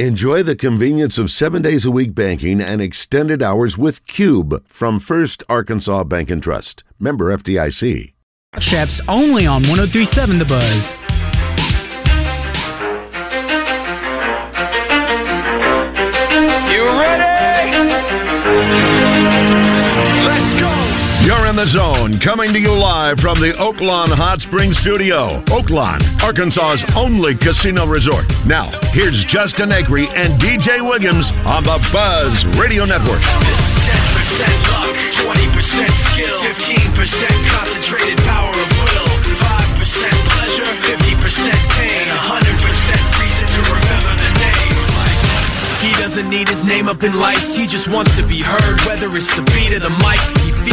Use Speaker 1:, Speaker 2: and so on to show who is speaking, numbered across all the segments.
Speaker 1: Enjoy the convenience of seven days a week banking and extended hours with Cube from First Arkansas Bank and Trust. Member FDIC.
Speaker 2: Traps only on 1037 The Buzz.
Speaker 3: You ready? Let's go.
Speaker 4: You're in the zone, coming to you live from the Oaklawn Hot Spring Studio. Oaklawn, Arkansas's only casino resort. Now, here's Justin Acree and DJ Williams on the Buzz Radio
Speaker 3: 10%
Speaker 4: Network.
Speaker 3: luck, 20% skill, 15% concentrated power of will, 5% pleasure, 50% pain, and 100% reason to remember the name. He doesn't need his name up in lights, he just wants to be heard, whether it's the beat or the mic. He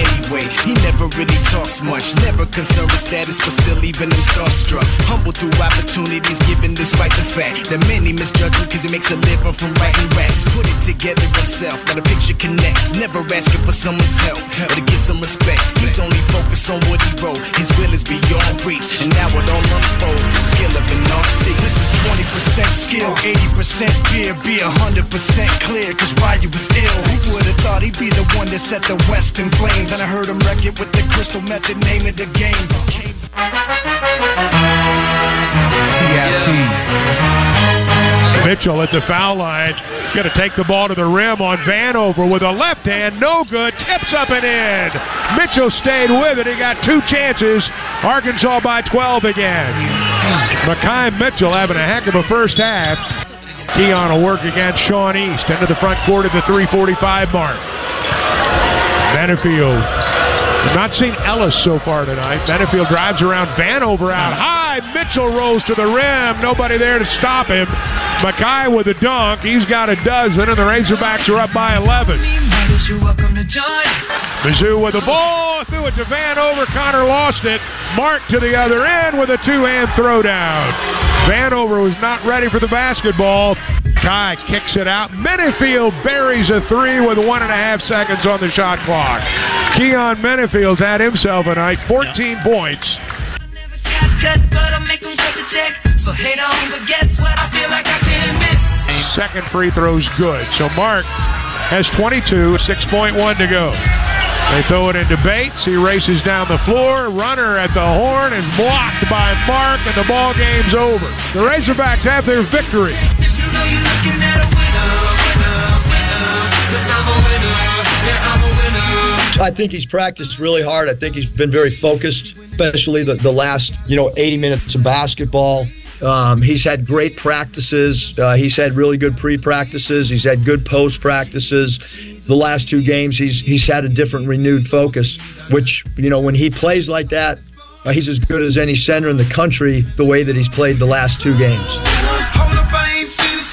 Speaker 3: anyway? He never really talks much, never concerned with status, but still even him starstruck. Humble through opportunities given despite the fact that many misjudge him because he makes a living from writing raps. Put it together himself, got a picture connects. Never asking for someone's help or to get some respect. He's only focused on what he wrote. His will is beyond reach, and now it all unfolds. The skill of an artist. This is 20% skill, 80% fear, be 100% clear, cause Ryu was ill. Who would've thought he'd be the one that set the West in flames? And I heard him wreck it with the crystal method, name of the game.
Speaker 5: Mitchell at the foul line. Going to take the ball to the rim on Vanover with a left hand. No good. Tips up and in. Mitchell stayed with it. He got two chances. Arkansas by 12 again. Makai Mitchell having a heck of a first half. Keon will work against Sean East. Into the front court at the 345 mark. Benefield. We've not seen Ellis so far tonight. Benefield drives around Vanover out high. Mitchell rolls to the rim. Nobody there to stop him. Mackay with a dunk. He's got a dozen, and the Razorbacks are up by 11. Mizzou with the ball. Threw it to Vanover. Connor lost it. Mark to the other end with a two-hand throwdown. Vanover was not ready for the basketball. Kai kicks it out. Menifield buries a three with one and a half seconds on the shot clock. Keon Menifield's had himself a night, 14 points.
Speaker 6: cut, but I make 'em check the check. So hate on, but guess what? I feel like I can miss.
Speaker 5: Second free throw's good. So Mark has 22, 6.1 to go. They throw it into Bates. He races down the floor. Runner at the horn is blocked by Mark, and the ball game's over. The Razorbacks have their victory.
Speaker 7: I think he's practiced really hard. I think he's been very focused, especially the, the last you know 80 minutes of basketball. Um, he's had great practices. Uh, he's had really good pre-practices. He's had good post-practices. The last two games, he's he's had a different renewed focus. Which you know when he plays like that, uh, he's as good as any center in the country. The way that he's played the last two games.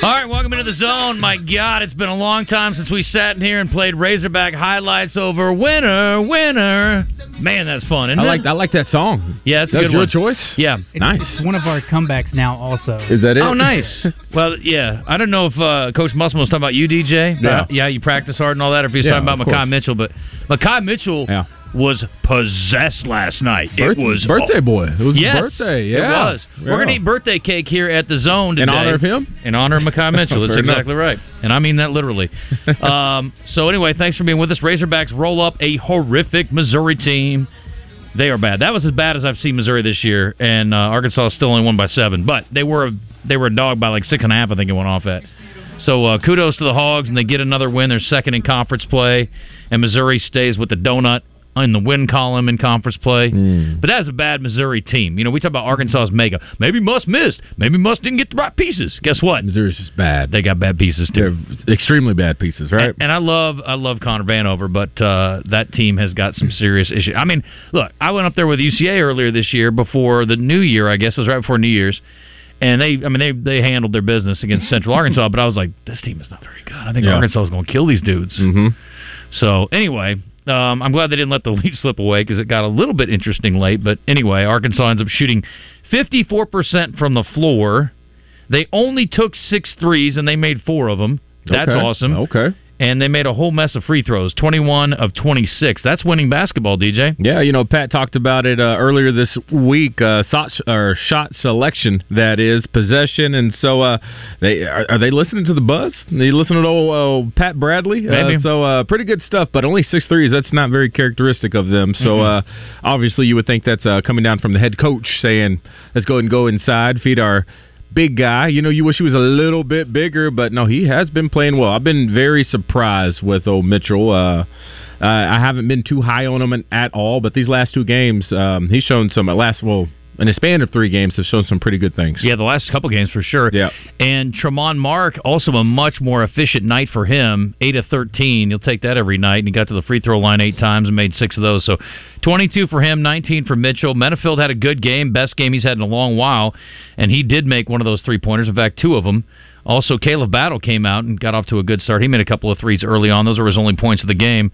Speaker 8: All right, welcome into the zone. My God, it's been a long time since we sat in here and played Razorback highlights over winner, winner. Man, that's fun. Isn't
Speaker 9: I
Speaker 8: it?
Speaker 9: like I like that song.
Speaker 8: Yeah, it's a
Speaker 9: That was
Speaker 8: good
Speaker 9: your
Speaker 8: one.
Speaker 9: choice.
Speaker 8: Yeah,
Speaker 9: nice.
Speaker 2: One of our comebacks now also.
Speaker 9: Is that it?
Speaker 8: Oh, nice. well, yeah. I don't know if uh, Coach Musselman was talking about you, DJ.
Speaker 9: Yeah.
Speaker 8: Uh, yeah, you practice hard and all that, or if he was
Speaker 9: Yeah,
Speaker 8: talking about
Speaker 9: of course.
Speaker 8: Makai Mitchell. But Makai Mitchell
Speaker 9: Yeah.
Speaker 8: was possessed last night.
Speaker 9: Birth-
Speaker 8: it was
Speaker 9: birthday boy. It was his
Speaker 8: Yes,
Speaker 9: birthday. Yeah,
Speaker 8: it was. We're gonna eat birthday cake here at the zone
Speaker 9: in
Speaker 8: today.
Speaker 9: honor of him.
Speaker 8: In honor of Makai Mitchell. That's
Speaker 9: Fair enough.
Speaker 8: exactly right. And I mean that literally. um, so, anyway, thanks for being with us. Razorbacks roll up a horrific Missouri team. They are bad. That was as bad as I've seen Missouri this year, and uh, Arkansas still only won by seven. But they were a, they were a dog by like six and a half. I think it went off at. So uh, kudos to the Hogs, and they get another win. They're second in conference play, and Missouri stays with the donut in the win column in conference play.
Speaker 9: Hmm.
Speaker 8: But that is a bad Missouri team. You know, we talk about Arkansas's mega. Maybe Must missed. Maybe Must didn't get the right pieces. Guess what?
Speaker 9: Missouri's just bad.
Speaker 8: They got bad pieces too.
Speaker 9: They're extremely bad pieces, right?
Speaker 8: And I love I love Connor Vanover, but uh, that team has got some serious issues. I mean, look, I went up there with UCA earlier this year before the New Year, I guess it was right before New Year's, and they I mean they they handled their business against Central Arkansas, but I was like, this team is not very good. I think
Speaker 9: Yeah.
Speaker 8: Arkansas is going to kill these dudes.
Speaker 9: mm-hmm.
Speaker 8: So anyway. Um, I'm glad they didn't let the lead slip away because it got a little bit interesting late. But anyway, Arkansas ends up shooting 54% from the floor. They only took six threes and they made four of them. That's
Speaker 9: Okay.
Speaker 8: awesome.
Speaker 9: Okay.
Speaker 8: And they made a whole mess of free throws 21 of 26. That's winning basketball, DJ.
Speaker 9: Yeah, you know, Pat talked about it uh, earlier this week. Uh, shot, or shot selection, that is possession, and so uh, they are, are they listening to the buzz? They listening to old uh, Pat Bradley? Uh,
Speaker 8: Maybe.
Speaker 9: so uh, pretty good stuff, but only six threes. That's not very characteristic of them. So
Speaker 8: Mhm.
Speaker 9: uh, obviously, you would think that's uh, coming down from the head coach saying, "Let's go and go inside, feed our." Big guy, you know, you wish he was a little bit bigger, but no, he has been playing well. I've been very surprised with old Mitchell. Uh, uh, I haven't been too high on him in- at all, but these last two games, um, he's shown some. At last, well, in a span of three games, has shown some pretty good things.
Speaker 8: Yeah, the last couple games for sure.
Speaker 9: Yeah,
Speaker 8: And Tremont Mark, also a much more efficient night for him, 8 of 13. You'll take that every night. And he got to the free throw line eight times and made six of those. So 22 for him, 19 for Mitchell. Menefield had a good game, best game he's had in a long while. And he did make one of those three pointers, in fact, two of them. Also, Caleb Battle came out and got off to a good start. He made a couple of threes early on. Those were his only points of the game.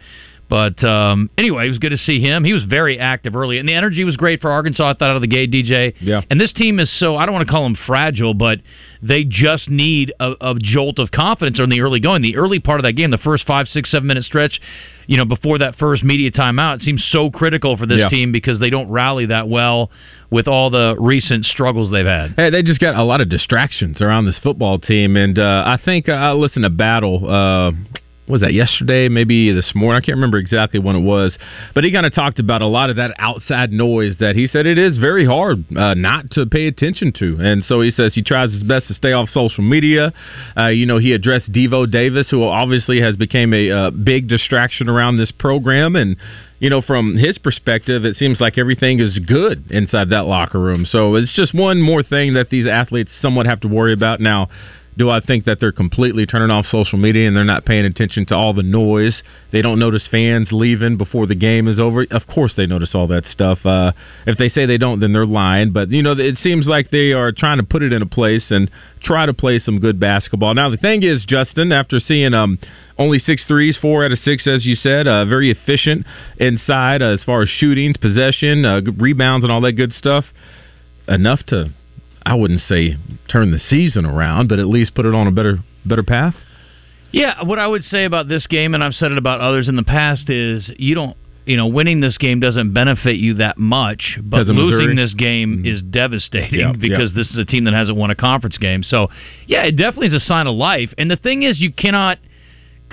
Speaker 8: But um, anyway, it was good to see him. He was very active early, and the energy was great for Arkansas. I thought out of the gate, DJ. Yeah. And this team is so I don't want to call them fragile, but they just need a, a jolt of confidence in the early going. The early part of that game, the first five, six, seven minute stretch, you know, before that first media timeout, it seems so critical for this
Speaker 9: Yeah.
Speaker 8: team because they don't rally that well with all the recent struggles they've had.
Speaker 9: Hey, they just got a lot of distractions around this football team, and uh, I think uh, I listened to Battle. Uh, what was that yesterday? Maybe this morning. I can't remember exactly when it was, but he kind of talked about a lot of that outside noise that he said it is very hard uh, not to pay attention to, and so he says he tries his best to stay off social media. Uh, you know, he addressed Devo Davis, who obviously has become a uh, big distraction around this program, and you know, from his perspective, it seems like everything is good inside that locker room. So it's just one more thing that these athletes somewhat have to worry about. Now, do I think that they're completely turning off social media and they're not paying attention to all the noise? They don't notice fans leaving before the game is over. Of course, they notice all that stuff. Uh, if they say they don't, then they're lying. But you know, it seems like they are trying to put it in a place and try to play some good basketball. Now, the thing is, Justin, after seeing um, only six threes, four out of six, as you said. Uh, very efficient inside uh, as far as shootings, possession, uh, good rebounds, and all that good stuff. Enough to, I wouldn't say turn the season around, but at least put it on a better better path.
Speaker 8: Yeah, what I would say about this game, and I've said it about others in the past, is you don't, you know, winning this game doesn't benefit you that much, but
Speaker 9: 'Cause of
Speaker 8: losing
Speaker 9: Missouri. Mm-hmm.
Speaker 8: this game is devastating
Speaker 9: Yeah,
Speaker 8: because
Speaker 9: yeah.
Speaker 8: this is a team that hasn't won a conference game. So, yeah, it definitely is a sign of life. And the thing is, you cannot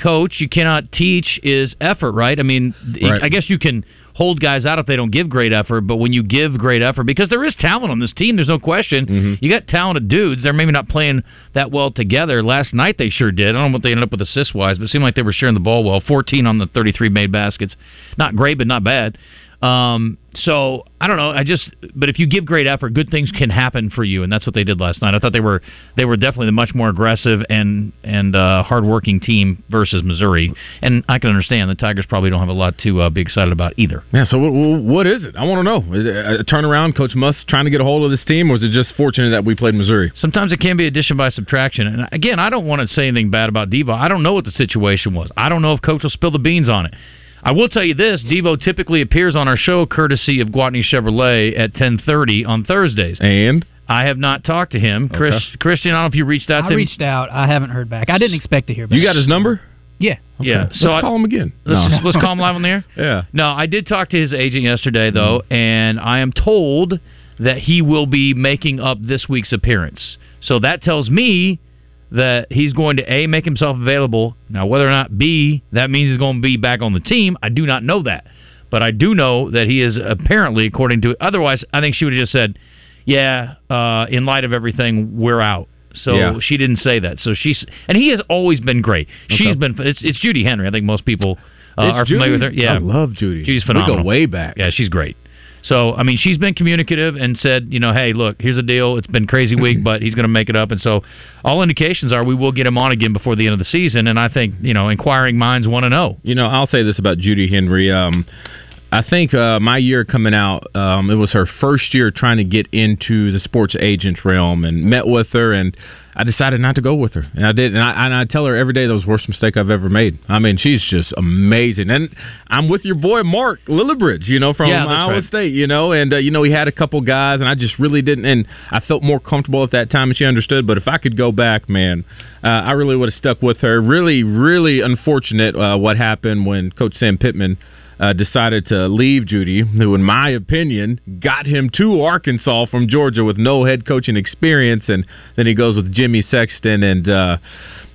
Speaker 8: coach, you cannot teach is effort, right? I mean, th-
Speaker 9: Right.
Speaker 8: I guess you can hold guys out if they don't give great effort, but when you give great effort, because there is talent on this team, there's no question. You got talented dudes. They're maybe not playing that well together. Last night they sure did. I don't know what they ended up with assist wise, but it seemed like they were sharing the ball well. 14 on the 33 made baskets. Not great, but not bad. Um, so I don't know. I just, but if you give great effort, good things can happen for you, and that's what they did last night. I thought they were they were definitely the much more aggressive and and uh, hardworking team versus Missouri, and I can understand the Tigers probably don't have a lot to uh, be excited about either.
Speaker 9: Yeah. So what, what is it? I want to know. Is it A turnaround, Coach Must trying to get a hold of this team, or was it just fortunate that we played Missouri?
Speaker 8: Sometimes it can be addition by subtraction, and again, I don't want to say anything bad about Devo. I don't know what the situation was. I don't know if Coach will spill the beans on it. I will tell you this: Devo typically appears on our show courtesy of Guatney Chevrolet at ten thirty on Thursdays.
Speaker 9: And
Speaker 8: I have not talked to him, Chris. Christian, I don't know if you reached out
Speaker 2: I
Speaker 8: to him.
Speaker 2: reached out. I haven't heard back. I didn't expect to hear back.
Speaker 9: You got his number?
Speaker 2: Yeah.
Speaker 8: Yeah. So
Speaker 9: let's
Speaker 8: I-
Speaker 9: call him again.
Speaker 8: Let's,
Speaker 9: No.
Speaker 8: let's call him live on the air.
Speaker 9: Yeah. Mm-hmm.
Speaker 8: No, I did talk to his agent yesterday though, and I am told that he will be making up this week's appearance. So that tells me that he's going to a make himself available. Now, whether or not b that means he's going to be back on the team, I do not know that, but I do know that he is apparently, according to otherwise, I think she would have just said, "Yeah, uh, in light of everything, we're out." So
Speaker 9: Yeah.
Speaker 8: she didn't say that. So she's and he has always been great. She's been it's, it's Judy Henry. I think most people uh,
Speaker 9: It's
Speaker 8: are familiar with her.
Speaker 9: Judy?
Speaker 8: Yeah,
Speaker 9: I love Judy.
Speaker 8: Judy's
Speaker 9: We go
Speaker 8: phenomenal.
Speaker 9: way back.
Speaker 8: Yeah, she's great. So I mean, she's been communicative and said, you know, hey, look, here's the deal. It's been crazy week, but he's going to make it up. And so all indications are we will get him on again before the end of the season. And oh. I think you know, inquiring minds want to know.
Speaker 9: You know, I'll say this about Judy Henry. Um, I think uh, my year coming out, um, it was her first year trying to get into the sports agent realm, and met with her, and I decided not to go with her, and I did, and I, and I tell her every day that was the worst mistake I've ever made. I mean, she's just amazing, and I'm with your boy Mark Lillibridge, you know, from
Speaker 8: Yeah, that's
Speaker 9: Iowa
Speaker 8: right.
Speaker 9: State, you know, and uh, you know he had a couple guys, and I just really didn't, and I felt more comfortable at that time, and she understood. But if I could go back, man, uh, I really would have stuck with her. Really, really unfortunate uh, what happened when Coach Sam Pittman uh, decided to leave Judy, who, in my opinion, got him to Arkansas from Georgia with no head coaching experience, and then he goes with Jimmy Sexton, and uh,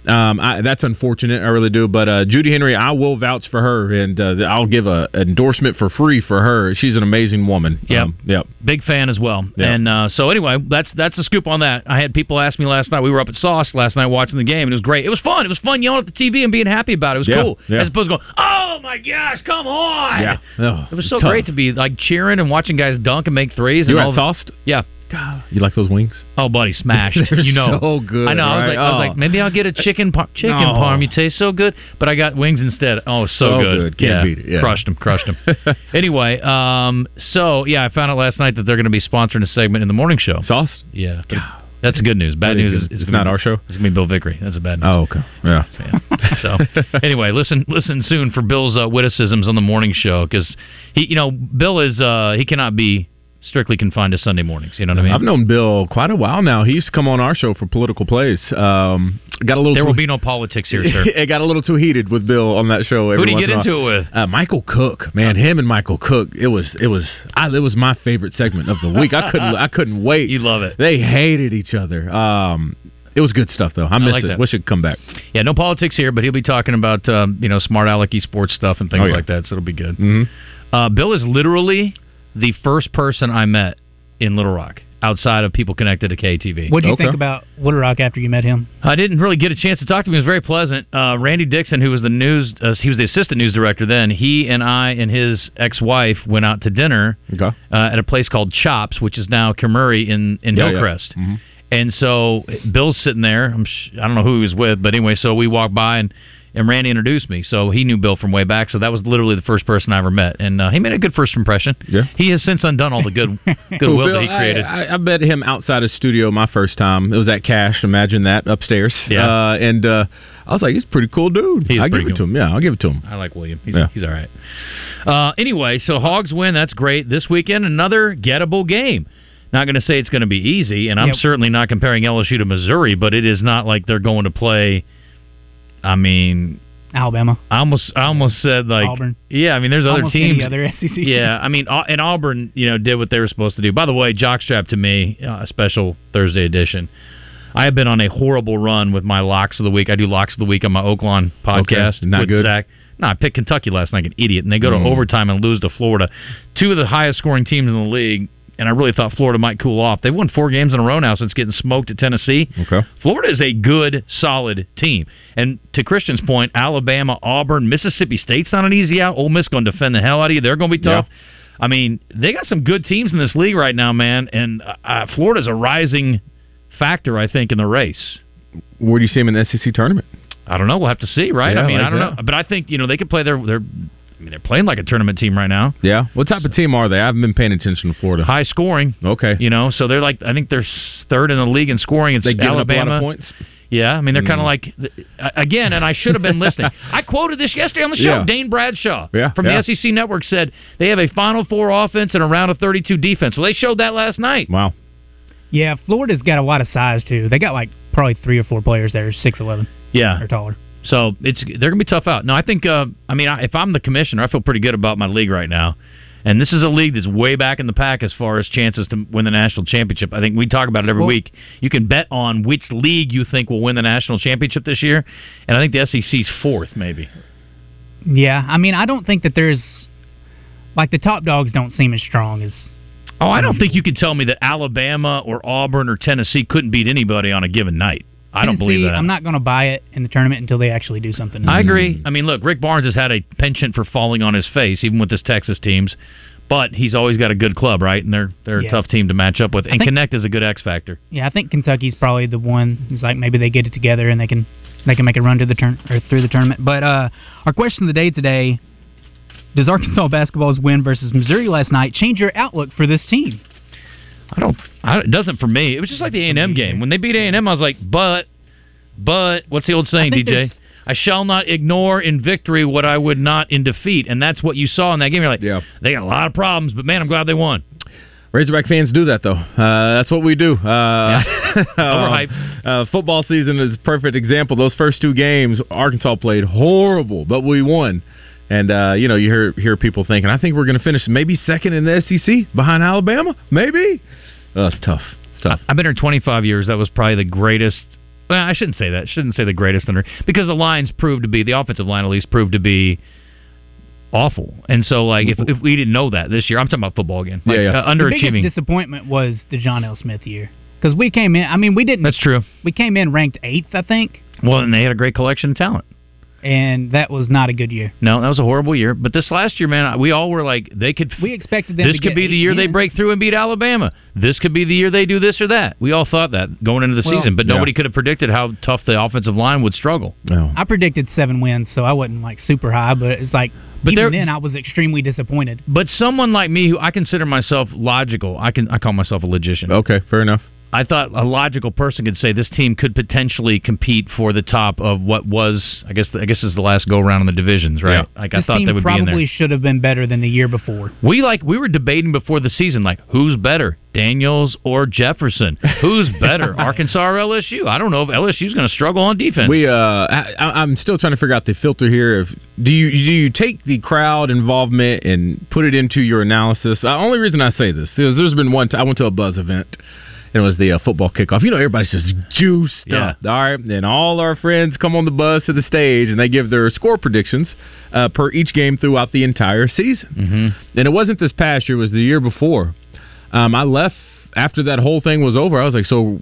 Speaker 9: um, I, that's unfortunate. I really do, but uh, Judy Henry, I will vouch for her, and uh, I'll give a endorsement for free for her. She's an amazing woman. Um,
Speaker 8: Yep.
Speaker 9: yep.
Speaker 8: Big fan as well.
Speaker 9: Yeah.
Speaker 8: And uh, so anyway, that's that's the scoop on that. I had people ask me last night. We were up at Sauce last night watching the game, and it was great. It was fun. It was fun yelling at the TV and being happy about it. It was
Speaker 9: Yeah,
Speaker 8: cool.
Speaker 9: yeah.
Speaker 8: As opposed to going, oh my gosh, come on.
Speaker 9: Yeah. Oh,
Speaker 8: It was so
Speaker 9: tough.
Speaker 8: great to be like cheering and watching guys dunk and make threes.
Speaker 9: You
Speaker 8: and
Speaker 9: were at
Speaker 8: all
Speaker 9: Sauce?
Speaker 8: Yeah.
Speaker 9: You like those wings?
Speaker 8: Oh, buddy, smashed.
Speaker 9: They're
Speaker 8: you know,
Speaker 9: so good,
Speaker 8: I know. I was
Speaker 9: right?
Speaker 8: like, I was
Speaker 9: Oh.
Speaker 8: like, maybe I'll get a chicken par- chicken
Speaker 9: No.
Speaker 8: parm. You taste so good, but I got wings instead. Oh, so,
Speaker 9: So
Speaker 8: good.
Speaker 9: good. Can't
Speaker 8: Yeah.
Speaker 9: beat it. Yeah.
Speaker 8: Crushed them, crushed them. anyway, um, so yeah, I found out last night that they're going to be sponsoring a segment in the morning show.
Speaker 9: Sauce.
Speaker 8: Yeah. That's good news. Bad
Speaker 9: That is
Speaker 8: news is
Speaker 9: good.
Speaker 8: it's
Speaker 9: It's
Speaker 8: gonna
Speaker 9: not
Speaker 8: be-
Speaker 9: our show?
Speaker 8: It's gonna be Bill Vickery. That's a bad news.
Speaker 9: Oh, okay. Yeah.
Speaker 8: So anyway, listen listen soon for Bill's uh, witticisms on the morning show because he you know Bill is uh, he cannot be strictly confined to Sunday mornings. You know what I mean?
Speaker 9: I've known Bill quite a while now. He used to come on our show for political plays. Um, got a little.
Speaker 8: there
Speaker 9: too-
Speaker 8: will be no politics here, sir.
Speaker 9: it got a little too heated with Bill on that show.
Speaker 8: Who
Speaker 9: every
Speaker 8: do you
Speaker 9: once
Speaker 8: get
Speaker 9: in a
Speaker 8: into
Speaker 9: while.
Speaker 8: it with?
Speaker 9: Uh, Michael Cook, man, him and Michael Cook. It was, it was, I, it was my favorite segment of the week. I couldn't, I couldn't wait.
Speaker 8: You love it.
Speaker 9: They hated each other. Um, it was good stuff though. I miss
Speaker 8: like
Speaker 9: it.
Speaker 8: that.
Speaker 9: Wish it'd come back.
Speaker 8: Yeah, no politics here, but he'll be talking about um, you know smart alecky sports stuff and things
Speaker 9: Oh, yeah.
Speaker 8: like that. So it'll be good.
Speaker 9: Mhm.
Speaker 8: Uh, Bill is literally the first person I met in Little Rock outside of people connected to KTV.
Speaker 2: What do you
Speaker 9: Okay.
Speaker 2: think about Little Rock after you met him?
Speaker 8: I didn't really get a chance to talk to him. He was very pleasant. Uh, Randy Dixon, who was the news, uh, he was the assistant news director then. He and I and his ex-wife went out to dinner
Speaker 9: Okay.
Speaker 8: uh, at a place called Chops, which is now Kimuri in in
Speaker 9: Yeah, Mm-hmm. yeah.
Speaker 8: Hillcrest. And so Bill's sitting there. I'm sh- I don't know who he was with, but anyway, so we walked by and and Randy introduced me. So he knew Bill from way back. So that was literally the first person I ever met, and uh, he made a good first impression.
Speaker 9: Yeah.
Speaker 8: He has since undone all the good
Speaker 9: Well,
Speaker 8: goodwill
Speaker 9: Bill,
Speaker 8: that he created.
Speaker 9: I, I, I met him outside his studio my first time. It was at Cash. Imagine that upstairs.
Speaker 8: Yeah.
Speaker 9: Uh, and uh, I was like, he's a pretty cool dude.
Speaker 8: He is
Speaker 9: I give
Speaker 8: pretty
Speaker 9: it
Speaker 8: cool.
Speaker 9: to him. Yeah, I'll give it to him.
Speaker 8: I like William. He's,
Speaker 9: Yeah.
Speaker 8: he's all right. Uh, anyway, so Hogs win. That's great. This weekend, another gettable game. Not going to say it's going to be easy, and I'm
Speaker 2: Yep.
Speaker 8: certainly not comparing LSU to Missouri, but it is not like they're going to play. I mean,
Speaker 2: Alabama,
Speaker 8: I almost, I almost said like,
Speaker 2: Auburn,
Speaker 8: yeah. I mean, there's other
Speaker 2: almost
Speaker 8: teams.
Speaker 2: any other E SEC.
Speaker 8: yeah, I mean, Au- and Auburn, you know, did what they were supposed to do. By the way, Jockstrap to me, uh, a special Thursday edition. I have been on a horrible run with my locks of the week. I do locks of the week on my Oaklawn podcast.
Speaker 9: Okay, not
Speaker 8: with
Speaker 9: good.
Speaker 8: Zach. No, I picked Kentucky last night, an idiot, and they go to
Speaker 9: Mm.
Speaker 8: overtime and lose to Florida, two of the highest scoring teams in the league. And I really thought Florida might cool off. They've won four games in a row now since getting smoked at Tennessee.
Speaker 9: Okay.
Speaker 8: Florida is a good, solid team. And to Christian's point, Alabama, Auburn, Mississippi State's not an easy out. Ole Miss going to defend the hell out of you. They're going to be tough. I mean, they got some good teams in this league right now, man. And uh, uh, Florida's a rising factor, I think, in the race.
Speaker 9: Where do you see him in the SEC tournament?
Speaker 8: I don't know. We'll have to see, right?
Speaker 9: Yeah,
Speaker 8: I mean, I
Speaker 9: like
Speaker 8: don't
Speaker 9: that.
Speaker 8: know, but I think you know they could play their their. I mean, they're playing like a tournament team right now.
Speaker 9: Yeah. What type of team are they? I haven't been paying attention to Florida.
Speaker 8: High scoring,
Speaker 9: Okay.
Speaker 8: you know, so they're like I think they're s- third in the league in scoring. It's
Speaker 9: They give up a lot
Speaker 8: Alabama.
Speaker 9: of points. Mm.
Speaker 8: Yeah, I mean they're kind of like th- again, and I should have been listening. I quoted this yesterday on the show.
Speaker 9: Yeah.
Speaker 8: Dane Bradshaw
Speaker 9: Yeah,
Speaker 8: from
Speaker 9: yeah.
Speaker 8: the SEC Network said they have a Final Four offense and a round of 32 defense. Well, they showed that last night.
Speaker 9: Wow.
Speaker 2: yeah. Florida's got a lot of size too. They got like probably three or four players that are six eleven
Speaker 8: Yeah,
Speaker 2: or taller.
Speaker 8: so it's they're gonna be tough out. No, I think uh, I mean I, if I'm the commissioner, I feel pretty good about my league right now. And this is a league that's way back in the pack as far as chances to win the national championship. I think we talk about it every
Speaker 2: Well-
Speaker 8: week. You can bet on which league you think will win the national championship this year, and I think the SEC's fourth, maybe.
Speaker 2: Yeah, I mean, I don't think that there's like the top dogs don't seem as strong as
Speaker 8: Oh, I don't think you can tell me that Alabama or Auburn or Tennessee couldn't beat anybody on a given night. I don't believe
Speaker 2: Tennessee,
Speaker 8: that.
Speaker 2: I'm not going to buy it in the tournament until they actually do something.
Speaker 8: I agree. I mean, look, Rick Barnes has had a penchant for falling on his face, even with his Texas teams. But he's always got a good club, right? And they're they're
Speaker 2: Yeah.
Speaker 8: a tough team to match up with. And
Speaker 2: think-
Speaker 8: Connect is a good X factor.
Speaker 2: Yeah, I think Kentucky's probably the one. It's like maybe they get it together and they can they can make a run to the turn or through the tournament. But uh, our question of the day today Does Arkansas basketball's win versus Missouri last night change your outlook for this team?
Speaker 8: I don't. I, it doesn't for me. It was just like the A and M game when they beat A and M. I was like, but, but what's the old saying,
Speaker 2: think
Speaker 8: DJ?
Speaker 2: there's-
Speaker 8: I shall not ignore in victory what I would not in defeat, and that's what you saw in that game. You're like, yeah. they got a lot of problems, but man, I'm glad they won.
Speaker 9: Razorback fans do that though. Uh, that's what we do. Uh, Overhyped. Uh, football season is a perfect example. Those first two games, Arkansas played horrible, but we won. And uh, you know, you hear hear people thinking, "I think we're going to finish maybe second in the SEC behind Alabama, maybe." Oh, it's tough. It's tough.
Speaker 8: I've been here 25 years. That was probably the greatest. Well, I shouldn't say that. Shouldn't say the greatest under because the lines proved to be the offensive line at least proved to be awful. And so like if, if we didn't know that this year, I'm talking about football again. Like, uh,
Speaker 2: The
Speaker 8: underachieving.
Speaker 2: biggest disappointment was the John L. Smith year because we came in. I mean, we didn't.
Speaker 8: That's true.
Speaker 2: We came in ranked eighth, I think,
Speaker 8: well, and they had a great collection of talent.
Speaker 2: and that was not a good year.
Speaker 8: No, that was a horrible year. But this last year, man, I- we all were like, they could.
Speaker 2: We expected them.
Speaker 8: This
Speaker 2: to
Speaker 8: could
Speaker 2: get
Speaker 8: be the
Speaker 2: eight
Speaker 8: year
Speaker 2: and
Speaker 8: they
Speaker 2: in.
Speaker 8: break through and beat Alabama. This could be the year they do this or that. We all thought that going into the
Speaker 2: Well-
Speaker 8: season, but
Speaker 2: Yeah.
Speaker 8: nobody could have predicted how tough the offensive line would struggle.
Speaker 2: I predicted seven wins, so I wasn't like super high, but it's like
Speaker 8: But
Speaker 2: even
Speaker 8: there-
Speaker 2: then I was extremely disappointed.
Speaker 8: But someone like me, who I consider myself logical, I can I call myself a logician.
Speaker 9: Okay, fair enough.
Speaker 8: I thought a logical person could say this team could potentially compete for the top of what was I guess I guess is the last go around in the divisions, right? Like I
Speaker 2: this
Speaker 8: thought
Speaker 2: team
Speaker 8: they would be in
Speaker 2: probably
Speaker 8: there.
Speaker 2: should have been better than the year before.
Speaker 8: We like we were debating before the season, like who's better, Daniels or Jefferson? Who's better, Arkansas or LSU? I don't know if LSU's going to struggle on defense.
Speaker 9: We, uh, I, I- I'm still trying to figure out the filter here. Of do you do you take the crowd involvement and put it into your analysis? The only reason I say this is there's been one. T- I went to a buzz event. And it was the uh, football kickoff. You know, everybody's just juiced up. All right, and all our friends come on the buzz to the stage, and they give their score predictions uh, per each game throughout the entire season. Mm-hmm. And it wasn't this past year; it was the year before. Um, I left after that whole thing was over. I was like, "So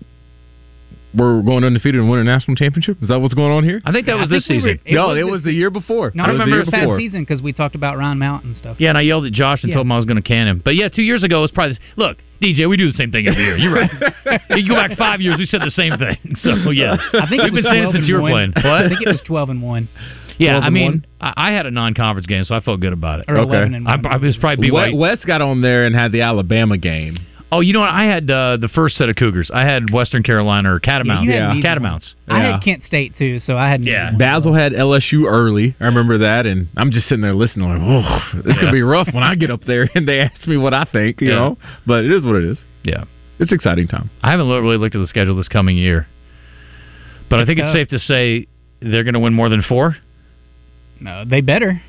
Speaker 9: we're going undefeated and win a national championship? Is that what's going on here?
Speaker 8: I think that
Speaker 2: I
Speaker 8: was
Speaker 2: think
Speaker 8: this
Speaker 2: we were-
Speaker 8: season.
Speaker 2: it
Speaker 9: no,
Speaker 2: was
Speaker 9: it
Speaker 2: this
Speaker 9: was the year before.
Speaker 2: No,
Speaker 9: It
Speaker 2: I
Speaker 9: was the
Speaker 2: remember
Speaker 9: year
Speaker 2: this past
Speaker 9: before.
Speaker 2: season because we talked about Ryan Mount and stuff.
Speaker 8: Yeah, and I yelled at Josh and
Speaker 2: Yeah.
Speaker 8: told him I was going to can him. But yeah, two years ago it was probably this. Look, DJ, we do the same thing every year. You're right. you go back five years, we said the same thing. So Oh, yeah,
Speaker 2: I think
Speaker 8: we've
Speaker 2: it was
Speaker 8: been saying
Speaker 2: 12
Speaker 8: it since
Speaker 2: and
Speaker 8: you were
Speaker 2: one.
Speaker 8: playing.
Speaker 2: I
Speaker 8: What?
Speaker 2: think it was twelve and one.
Speaker 8: Yeah,
Speaker 2: 12
Speaker 8: I
Speaker 2: and
Speaker 8: mean,
Speaker 2: one.
Speaker 8: I, I had a non-conference game, so I felt good about it.
Speaker 2: Or 11 and
Speaker 8: I,
Speaker 2: one.
Speaker 8: I was probably
Speaker 9: Wes-
Speaker 8: BYU.
Speaker 9: Wes got on there and had the Alabama game.
Speaker 8: Oh, you know what? I had uh, the first set of Cougars. I had Western Carolina or Catamounts.
Speaker 9: you had Yeah. neither
Speaker 8: Catamounts.
Speaker 2: I had Kent State too, so I had
Speaker 8: Yeah.
Speaker 9: Basil had LSU early. I remember that, and I'm just sitting there listening, like, "Whoa, this
Speaker 8: Yeah.
Speaker 9: could be rough when I get up there and they ask me what I think." You
Speaker 8: Yeah.
Speaker 9: know, but it is what it is.
Speaker 8: Yeah,
Speaker 9: it's exciting time.
Speaker 8: I haven't lo- really looked at the schedule this coming year, but I think it's
Speaker 2: tough.
Speaker 8: safe to say they're going to win more than four.
Speaker 2: No, they better.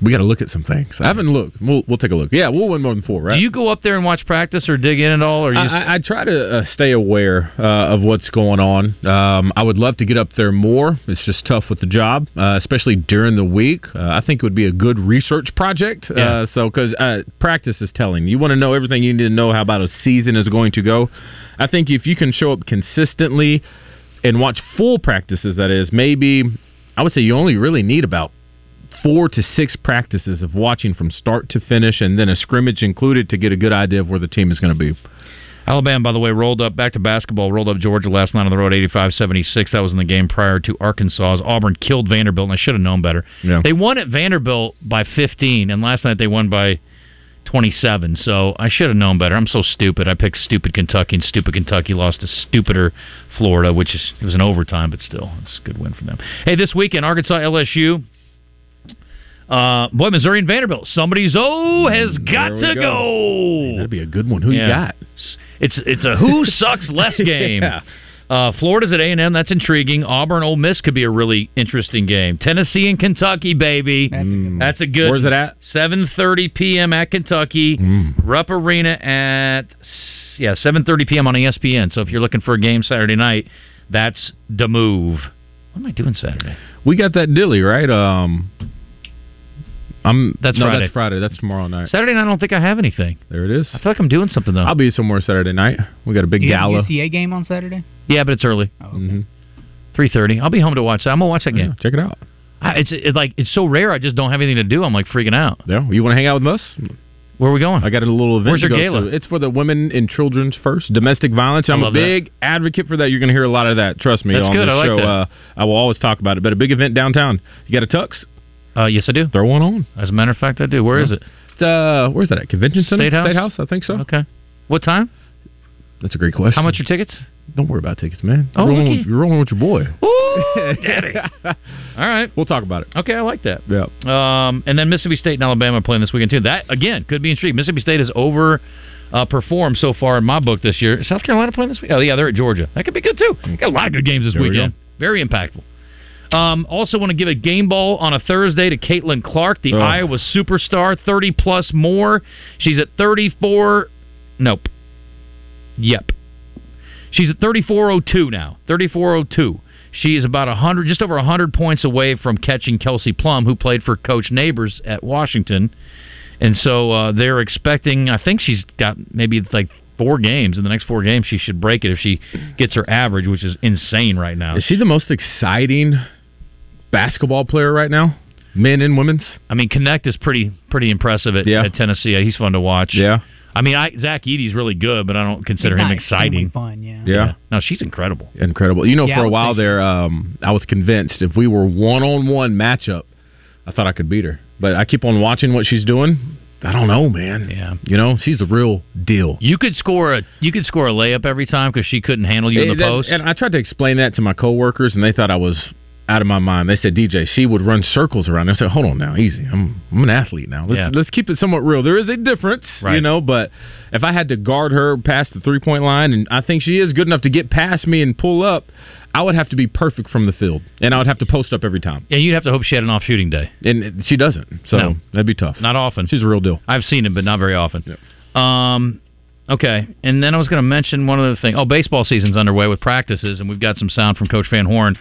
Speaker 9: We got to look at some things. I haven't looked. We'll, we'll take a look. Yeah, we'll win more than four, right?
Speaker 8: Do you go up there and watch practice or dig in at all? Or you just,
Speaker 9: I, I- I try to uh, stay aware uh, of what's going on. Um, I would love to get up there more. It's just tough with the job, uh, especially during the week. Uh, I think it would be a good research project. Uh, so, because uh, practice is telling you want to know everything you need to know how about a season is going to go. I think if you can show up consistently and watch full practices, that is maybe I would say you only really need about four to six practices of watching from start to finish and then a scrimmage included to get a good idea of where the team is going to be.
Speaker 8: Alabama, by the way, rolled up back to basketball, rolled up Georgia last night on the road 85 76. That was in the game prior to Arkansas's. Auburn killed Vanderbilt, and I should have known better.
Speaker 9: Yeah.
Speaker 8: They won at Vanderbilt by 15, and last night they won by 27. So I should have known better. I'm so stupid. I picked stupid Kentucky, and stupid Kentucky lost to stupider Florida, which is it was an overtime, but still, it's a good win for them. Hey, this weekend, Arkansas LSU. Uh, boy, Missouri and Vanderbilt. Somebody's O has got
Speaker 9: Mm, we
Speaker 8: to
Speaker 9: go.
Speaker 8: go.
Speaker 9: That'd be a good one. Who you
Speaker 8: Yeah.
Speaker 9: got?
Speaker 8: It's it's a who sucks less game.
Speaker 9: Yeah.
Speaker 8: Uh, Florida's at A and M. That's intriguing. Auburn, Ole Miss could be a really interesting game. Tennessee and Kentucky, baby. That's a good.
Speaker 9: Where's it at?
Speaker 8: 7:30 p.m. at Kentucky.
Speaker 9: Mm.
Speaker 8: Rupp Arena at s- yeah 7:30 p.m. on E ESPN. So if you're looking for a game Saturday night, that's the move. What am I doing Saturday?
Speaker 9: We got that dilly right. Um, I'm.
Speaker 8: That's
Speaker 9: no,
Speaker 8: Friday.
Speaker 9: That's Friday. That's tomorrow night.
Speaker 8: Saturday night, I don't think I have anything.
Speaker 9: There it is.
Speaker 8: I feel like I'm doing something though.
Speaker 9: I'll be somewhere Saturday night. We got a big
Speaker 2: Do you have a
Speaker 9: gala.
Speaker 2: UCA game on Saturday?
Speaker 8: yeah, but it's early.
Speaker 9: Mhm.
Speaker 8: 3:30. I'll be home to watch that. I'm gonna watch that game.
Speaker 9: Yeah, check it out.
Speaker 8: I, it's it, like it's so rare. I just don't have anything to do. I'm like freaking out.
Speaker 9: Yeah, you want to hang out with us?
Speaker 8: Where are we going?
Speaker 9: I got a little event.
Speaker 8: Where's
Speaker 9: to
Speaker 8: your
Speaker 9: go
Speaker 8: gala?
Speaker 9: to. It's for the women and children's first domestic violence. I'm a
Speaker 8: love that.
Speaker 9: big advocate for that. You're going to hear a lot of that. Trust me
Speaker 8: That's
Speaker 9: on
Speaker 8: good.
Speaker 9: this
Speaker 8: I like
Speaker 9: show.
Speaker 8: that.
Speaker 9: Uh, I will always talk about it. But a big event downtown. You got a tux?
Speaker 8: Uh, yes, I do.
Speaker 9: Throw one on.
Speaker 8: As a matter of fact, I do. Where is it?
Speaker 9: Uh, where's that at? Convention Center?
Speaker 8: State House?
Speaker 9: State House, I think so.
Speaker 8: Okay. What time?
Speaker 9: That's a great question.
Speaker 8: How much are tickets?
Speaker 9: Don't worry about tickets, man.
Speaker 8: Oh,
Speaker 9: you're, rolling
Speaker 8: okay.
Speaker 9: with, you're rolling with your boy.
Speaker 8: Ooh, daddy. All right.
Speaker 9: We'll talk about it.
Speaker 8: Okay, I like that.
Speaker 9: Yeah.
Speaker 8: Um, and then Mississippi State and Alabama are playing this weekend too. That again could be intriguing. Mississippi State has over uh, performed so far in my book this year. Is South Carolina playing this week? Oh yeah, they're at Georgia. That could be good too. Got a lot of good games this
Speaker 9: There we
Speaker 8: weekend. Very impactful. Um, also want to give a game ball on a Thursday to Caitlin Clark, the
Speaker 9: Oh.
Speaker 8: Iowa superstar, thirty plus more. She's at thirty four. Nope. Yep. She's at 3402 now. 3402. She is about 100 just over 100 points away from catching Kelsey Plum who played for coach Neighbors at Washington. And so uh, they're expecting I think she's got maybe like four games in the next four games she should break it if she gets her average which is insane right now.
Speaker 9: Is she the most exciting basketball player right now? Men and women's?
Speaker 8: I mean Connect is pretty pretty impressive at,
Speaker 9: Yeah.
Speaker 8: at Tennessee. He's fun to watch.
Speaker 9: Yeah.
Speaker 8: I mean I, Zach Eady's really good but I don't consider
Speaker 2: It's
Speaker 8: him
Speaker 2: not extremely
Speaker 8: exciting.
Speaker 2: Fun, yeah.
Speaker 9: Yeah.
Speaker 8: No, she's incredible.
Speaker 9: Incredible. You know,
Speaker 2: Yeah,
Speaker 9: for
Speaker 2: I
Speaker 9: a
Speaker 2: would
Speaker 9: while
Speaker 2: think so.
Speaker 9: there, um, I was convinced if we were one on one matchup, I thought I could beat her. But I keep on watching what she's doing. I don't know, man.
Speaker 8: Yeah.
Speaker 9: You know, she's the real deal.
Speaker 8: You could score a you could score a layup every time because she couldn't handle you in the
Speaker 9: And- and-
Speaker 8: post.
Speaker 9: And I tried to explain that to my coworkers, and they thought I was out of my mind. They said, DJ, she would run circles around. I said, hold on now, easy. I'm, I'm an athlete now. Let's,
Speaker 8: Yeah.
Speaker 9: let's keep it somewhat real. There is a difference, you
Speaker 8: Right.
Speaker 9: know, but if I had to guard her past the three point line, and I think she is good enough to get past me and pull up, I would have to be perfect from the field, and I would have to post up every time.
Speaker 8: And you'd have to hope she had an off shooting day.
Speaker 9: And she doesn't, so
Speaker 8: No.
Speaker 9: that'd be tough.
Speaker 8: Not often.
Speaker 9: She's a real deal.
Speaker 8: I've seen it, but not very often. Um, okay. And then I was going to mention one other thing. Oh, baseball season's underway with practices, and we've got some sound from Coach Van Horn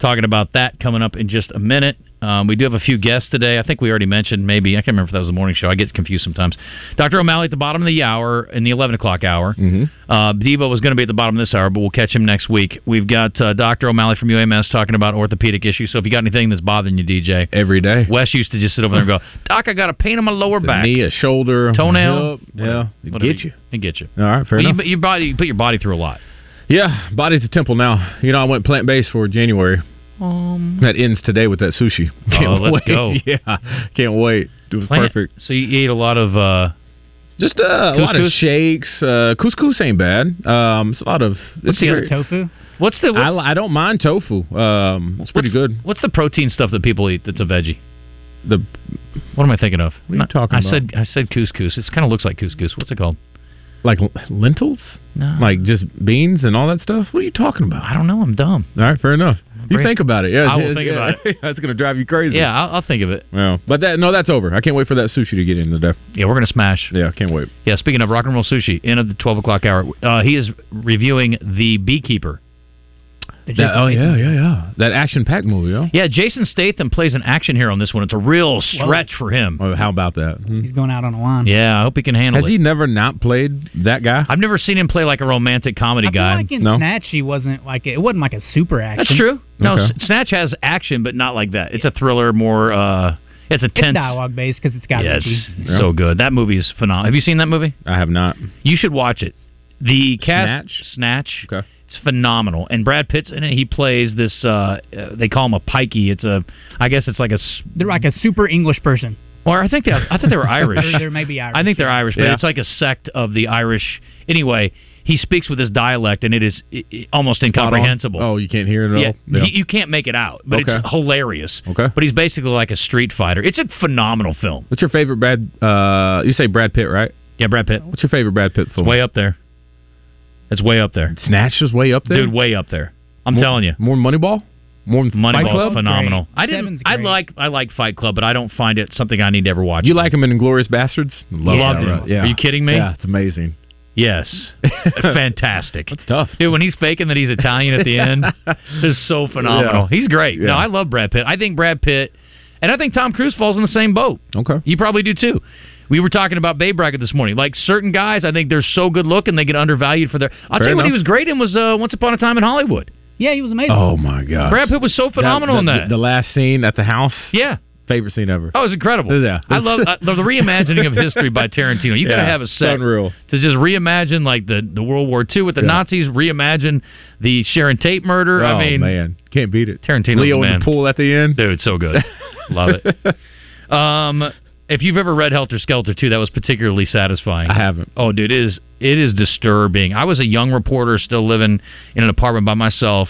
Speaker 8: talking about that coming up in just a minute. Um, we do have a few guests today. I think we already mentioned maybe I can't remember if that was the morning show. I get confused sometimes. Dr. O'Malley at the bottom of the hour in the eleven o'clock hour.
Speaker 9: Mhm.
Speaker 8: Uh, Devo was going to be at the bottom of this hour, but we'll catch him next week. We've got uh, Dr. O'Malley from UMS talking about orthopedic issues. So if you got anything that's bothering you, DJ,
Speaker 9: Every day.
Speaker 8: Wes used to just sit over there and go, "Doc, I got a pain in my lower
Speaker 9: The
Speaker 8: back."
Speaker 9: knee, a shoulder,
Speaker 8: toenail,
Speaker 9: hip, yeah, It'd
Speaker 8: whatever.
Speaker 9: get you.
Speaker 8: It get you.
Speaker 9: All right, fair
Speaker 8: Well,
Speaker 9: enough.
Speaker 8: you, but your body, you put your body through a lot.
Speaker 9: Yeah, body's a temple now. You know, I went plant based for January.
Speaker 8: Um,
Speaker 9: That ends today with that sushi.
Speaker 8: Oh, let's
Speaker 9: wait.
Speaker 8: go.
Speaker 9: Yeah, can't wait. It was perfect.
Speaker 8: So you eat a lot of. Uh,
Speaker 9: Just uh, a lot of
Speaker 8: Couscous?
Speaker 9: shakes. Uh, couscous ain't bad. Um, it's a lot of. It's
Speaker 8: the other
Speaker 9: very-
Speaker 2: Tofu.
Speaker 8: what's the what's,
Speaker 9: I, I don't mind tofu. Um, it's pretty good.
Speaker 8: What's the protein stuff that people eat that's a veggie?
Speaker 9: The
Speaker 8: What am I thinking of?
Speaker 9: What are you talking
Speaker 8: I
Speaker 9: about?
Speaker 8: said I said couscous. It kind of looks like couscous. What's it called?
Speaker 9: like l- lentils,
Speaker 8: No,
Speaker 9: like just beans and all that stuff. What are you talking about?
Speaker 8: I don't know. I'm dumb.
Speaker 9: All right, fair enough. You
Speaker 8: brain-
Speaker 9: think about it. Yeah,
Speaker 8: I will
Speaker 9: yeah,
Speaker 8: think
Speaker 9: yeah.
Speaker 8: about
Speaker 9: it. That's gonna drive you crazy.
Speaker 8: Yeah, I'll, I'll think of it.
Speaker 9: Yeah, but that no, that's over. I can't wait for that sushi to get in today.
Speaker 8: Yeah, we're gonna smash.
Speaker 9: Yeah, can't wait.
Speaker 8: Yeah, speaking of rock and roll sushi, end of the twelve o'clock hour. Uh, he is reviewing the Beekeeper.
Speaker 2: The
Speaker 9: That-
Speaker 2: Jason
Speaker 9: oh yeah,
Speaker 2: Statham.
Speaker 9: yeah, yeah. That action packed movie. Yeah.
Speaker 8: Yeah, Jason Statham plays an action hero in this one. It's a real stretch for him.
Speaker 9: Oh, how about that? Hmm.
Speaker 2: He's going out on a line.
Speaker 8: Mm-hmm. Yeah, I hope he can handle
Speaker 9: Has
Speaker 8: it.
Speaker 9: he never not played that guy?
Speaker 8: I've never seen him play like a romantic comedy
Speaker 2: I feel
Speaker 8: guy.
Speaker 2: like in
Speaker 9: No.
Speaker 2: Snatch he wasn't like it wasn't like a super action.
Speaker 8: That's true. No,
Speaker 9: Okay.
Speaker 8: S- Snatch has action, but not like that. It's a thriller, more. uh It's a
Speaker 2: It's
Speaker 8: tense.
Speaker 2: dialogue based because it's got
Speaker 8: Yeah, it's
Speaker 2: Richie.
Speaker 8: it's so good. That movie is phenomenal. Have you seen that movie?
Speaker 9: I have not.
Speaker 8: You should watch it. The cast Snatch.
Speaker 9: Okay.
Speaker 8: It's phenomenal, and Brad Pitt's in it. He plays this. uh uh, They call him a pikey. It's a. I guess it's like a. s-
Speaker 2: They're like a super English person.
Speaker 8: Or I think they. I thought they were Irish.
Speaker 2: They're, they're maybe Irish.
Speaker 8: I think they're Irish, but
Speaker 9: Yeah.
Speaker 8: it's like a sect of the Irish. Anyway, he speaks with his dialect, and it is i i- almost incomprehensible.
Speaker 9: Oh, you can't hear it at
Speaker 8: Yeah,
Speaker 9: all.
Speaker 8: You, you can't make it out, but
Speaker 9: Okay.
Speaker 8: it's hilarious.
Speaker 9: Okay.
Speaker 8: But he's basically like a street fighter. It's a phenomenal film.
Speaker 9: What's your favorite Brad? Uh, you say Brad Pitt, right?
Speaker 8: Yeah, Brad Pitt.
Speaker 9: What's your favorite Brad Pitt film?
Speaker 8: Way up there. It's way up there.
Speaker 9: Snatch is way up there.
Speaker 8: Dude, way up there. I'm
Speaker 9: More-
Speaker 8: telling you.
Speaker 9: more Moneyball. More than Fight
Speaker 8: Moneyball's
Speaker 9: Club?
Speaker 8: phenomenal.
Speaker 2: Great.
Speaker 8: I didn't
Speaker 2: Seven's
Speaker 8: I
Speaker 2: great.
Speaker 8: like I like Fight Club, but I don't find it something I need to ever watch.
Speaker 9: You like him in Inglorious Bastards? Love
Speaker 8: Loved
Speaker 9: that,
Speaker 8: him.
Speaker 9: right? Yeah.
Speaker 8: Are you kidding me?
Speaker 9: Yeah, it's amazing.
Speaker 8: Yes. Fantastic.
Speaker 9: It's tough.
Speaker 8: Dude, when he's faking that he's Italian at the end, is so phenomenal. He's great.
Speaker 9: Yeah.
Speaker 8: No, I love Brad Pitt. I think Brad Pitt, and I think Tom Cruise falls in the same boat.
Speaker 9: Okay.
Speaker 8: You probably do too. We were talking about Bay Bracket this morning. Like certain guys, I think they're so good looking they get undervalued for their. I'll tell
Speaker 9: Fair
Speaker 8: you what he
Speaker 9: enough.
Speaker 8: was great in was uh, Once Upon a Time in Hollywood.
Speaker 2: Yeah, he was amazing.
Speaker 9: Oh my God.
Speaker 8: Brad Pitt was so phenomenal
Speaker 9: the,
Speaker 8: in that.
Speaker 9: The, the last scene at the house.
Speaker 8: yeah,
Speaker 9: favorite scene ever.
Speaker 8: Oh, it was incredible.
Speaker 9: Yeah.
Speaker 8: I love uh, the reimagining of history by Tarantino. You got to
Speaker 9: Yeah,
Speaker 8: have a
Speaker 9: it's
Speaker 8: set
Speaker 9: unreal.
Speaker 8: to just reimagine like the, the World War II with the Nazis, reimagine the Sharon Tate murder.
Speaker 9: Oh,
Speaker 8: I mean,
Speaker 9: man, can't beat it.
Speaker 8: Tarantino's
Speaker 9: Leo
Speaker 8: the
Speaker 9: in
Speaker 8: man.
Speaker 9: the pool at the end.
Speaker 8: Dude, so good. Love it. Um, if you've ever read Helter Skelter too, that was particularly satisfying. I
Speaker 9: haven't.
Speaker 8: Oh, dude, it is it is disturbing. I was a young reporter still living in an apartment by myself.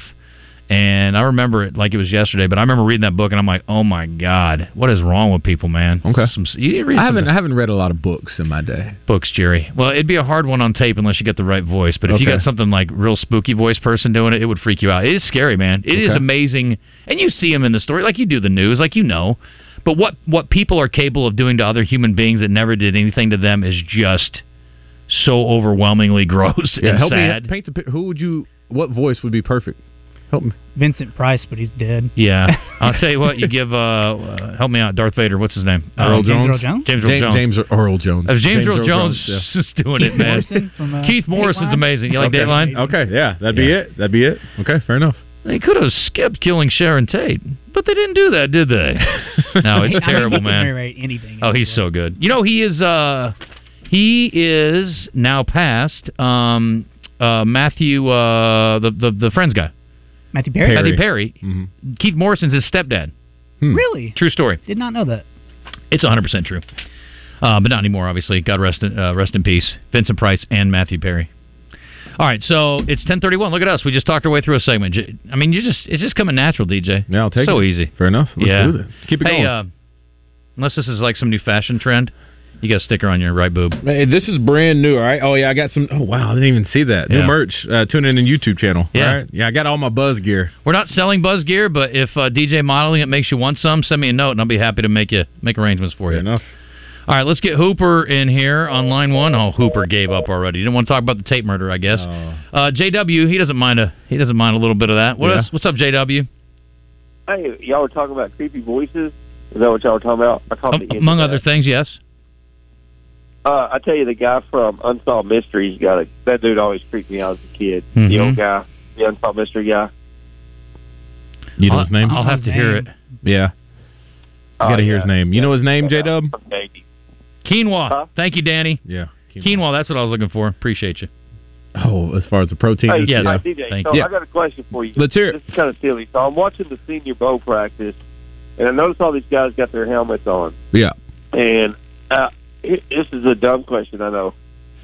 Speaker 8: And I remember it like it was yesterday, but I remember reading that book, and I'm like, "Oh my god, what is wrong with people, man?" Okay, Some, you read
Speaker 9: I haven't.
Speaker 8: some-
Speaker 9: I haven't read a lot of books in my day.
Speaker 8: books, Jerry. Well, it'd be a hard one on tape unless you get the right voice. But if you
Speaker 9: Okay.
Speaker 8: got something like real spooky voice person doing it, it would freak you out. It is scary, man. It is
Speaker 9: Okay.
Speaker 8: amazing, and you see them in the story, like you do the news, like you know. But what what people are capable of doing to other human beings that never did anything to them is just so overwhelmingly gross and
Speaker 9: help
Speaker 8: sad.
Speaker 9: me paint the. pic- Who would you? What voice would be perfect? Help me.
Speaker 2: Vincent Price, but he's dead.
Speaker 8: Yeah, I'll tell you what. You give uh, uh help me out, Darth Vader. What's his name?
Speaker 9: Earl
Speaker 8: Um,
Speaker 9: Jones?
Speaker 8: James Earl
Speaker 9: James-
Speaker 8: Jones.
Speaker 9: James Earl Jones.
Speaker 8: If James,
Speaker 9: James
Speaker 8: Earl,
Speaker 9: Earl
Speaker 8: Jones,
Speaker 9: Jones,
Speaker 8: is doing it, man. Keith Morrison's amazing. You like
Speaker 9: okay.
Speaker 8: Dateline?
Speaker 9: Okay, yeah, that'd be it. That'd be it. Okay, fair enough.
Speaker 8: They could have skipped killing Sharon Tate, but they didn't do that, did they? no,
Speaker 2: He- I mean,
Speaker 8: it's
Speaker 2: he
Speaker 8: terrible,
Speaker 2: can
Speaker 8: man.
Speaker 2: narrate anything.
Speaker 8: Oh, he's so good. You know, he is. uh He is now past um uh Matthew, uh the the, the Friends guy,
Speaker 2: Matthew Perry.
Speaker 8: Matthew Perry.
Speaker 9: Mm-hmm.
Speaker 8: Keith Morrison's his stepdad.
Speaker 9: Hmm.
Speaker 2: Really?
Speaker 8: True story.
Speaker 2: Did not know that.
Speaker 8: It's 100 percent true, uh, but not anymore. Obviously, God rest in, uh, rest in peace, Vincent Price and Matthew Perry. All right, so it's 10:31. Look at us. We just talked our way through a segment. J- I mean, you are just it's just coming natural, DJ.
Speaker 9: Yeah, I'll take
Speaker 8: so
Speaker 9: it.
Speaker 8: easy.
Speaker 9: Fair enough. Let's
Speaker 8: yeah.
Speaker 9: do it. Keep it
Speaker 8: hey,
Speaker 9: going.
Speaker 8: Uh, unless this is like some new fashion trend, you got a sticker on your right boob.
Speaker 9: Man, this is brand new, all right? Oh, yeah, I got some. Oh, wow, I didn't even see that.
Speaker 8: Yeah.
Speaker 9: New merch. Uh, tune in and YouTube channel.
Speaker 8: Yeah.
Speaker 9: All right? Yeah, I got all my buzz gear.
Speaker 8: We're not selling buzz gear, but if uh, DJ modeling it makes you want some, send me a note and I'll be happy to make you make arrangements for you.
Speaker 9: enough.
Speaker 8: All right, let's get Hooper in here on line one. Oh, Hooper gave up already. He didn't want to talk about the tape murder, I guess. Uh, JW, he doesn't mind a he doesn't mind a little bit of that. What
Speaker 10: Yeah.
Speaker 8: else- what's up, JW?
Speaker 10: Hey, y'all were talking about creepy voices. Is that what y'all were talking about? I caught the end of
Speaker 8: Among
Speaker 10: that.
Speaker 8: other things, yes.
Speaker 10: Uh, I tell you, the guy from Unsolved Mysteries got a that dude always creeped me out as a kid. The
Speaker 8: Mhm.
Speaker 9: Mm-hmm.
Speaker 10: old guy, the Unsolved Mystery guy.
Speaker 9: You know
Speaker 8: I'll,
Speaker 9: his name?
Speaker 8: I'll have to hear it.
Speaker 9: Yeah. You
Speaker 10: Oh,
Speaker 9: got to hear his name. You know his name, J Dub?
Speaker 8: Quinoa. Thank you, Danny.
Speaker 9: Yeah.
Speaker 8: Quinoa. that's what I was looking for. Appreciate you.
Speaker 9: Oh, as far as the protein.
Speaker 10: Hey,
Speaker 9: is-
Speaker 10: yeah,
Speaker 9: yeah.
Speaker 10: DJ, so
Speaker 9: Yeah.
Speaker 10: I got a question for you.
Speaker 9: Let's hear it.
Speaker 10: This is kind of silly. So I'm watching the Senior Bowl practice, and I notice all these guys got their helmets on.
Speaker 9: Yeah.
Speaker 10: And uh, it- this is a dumb question, I know,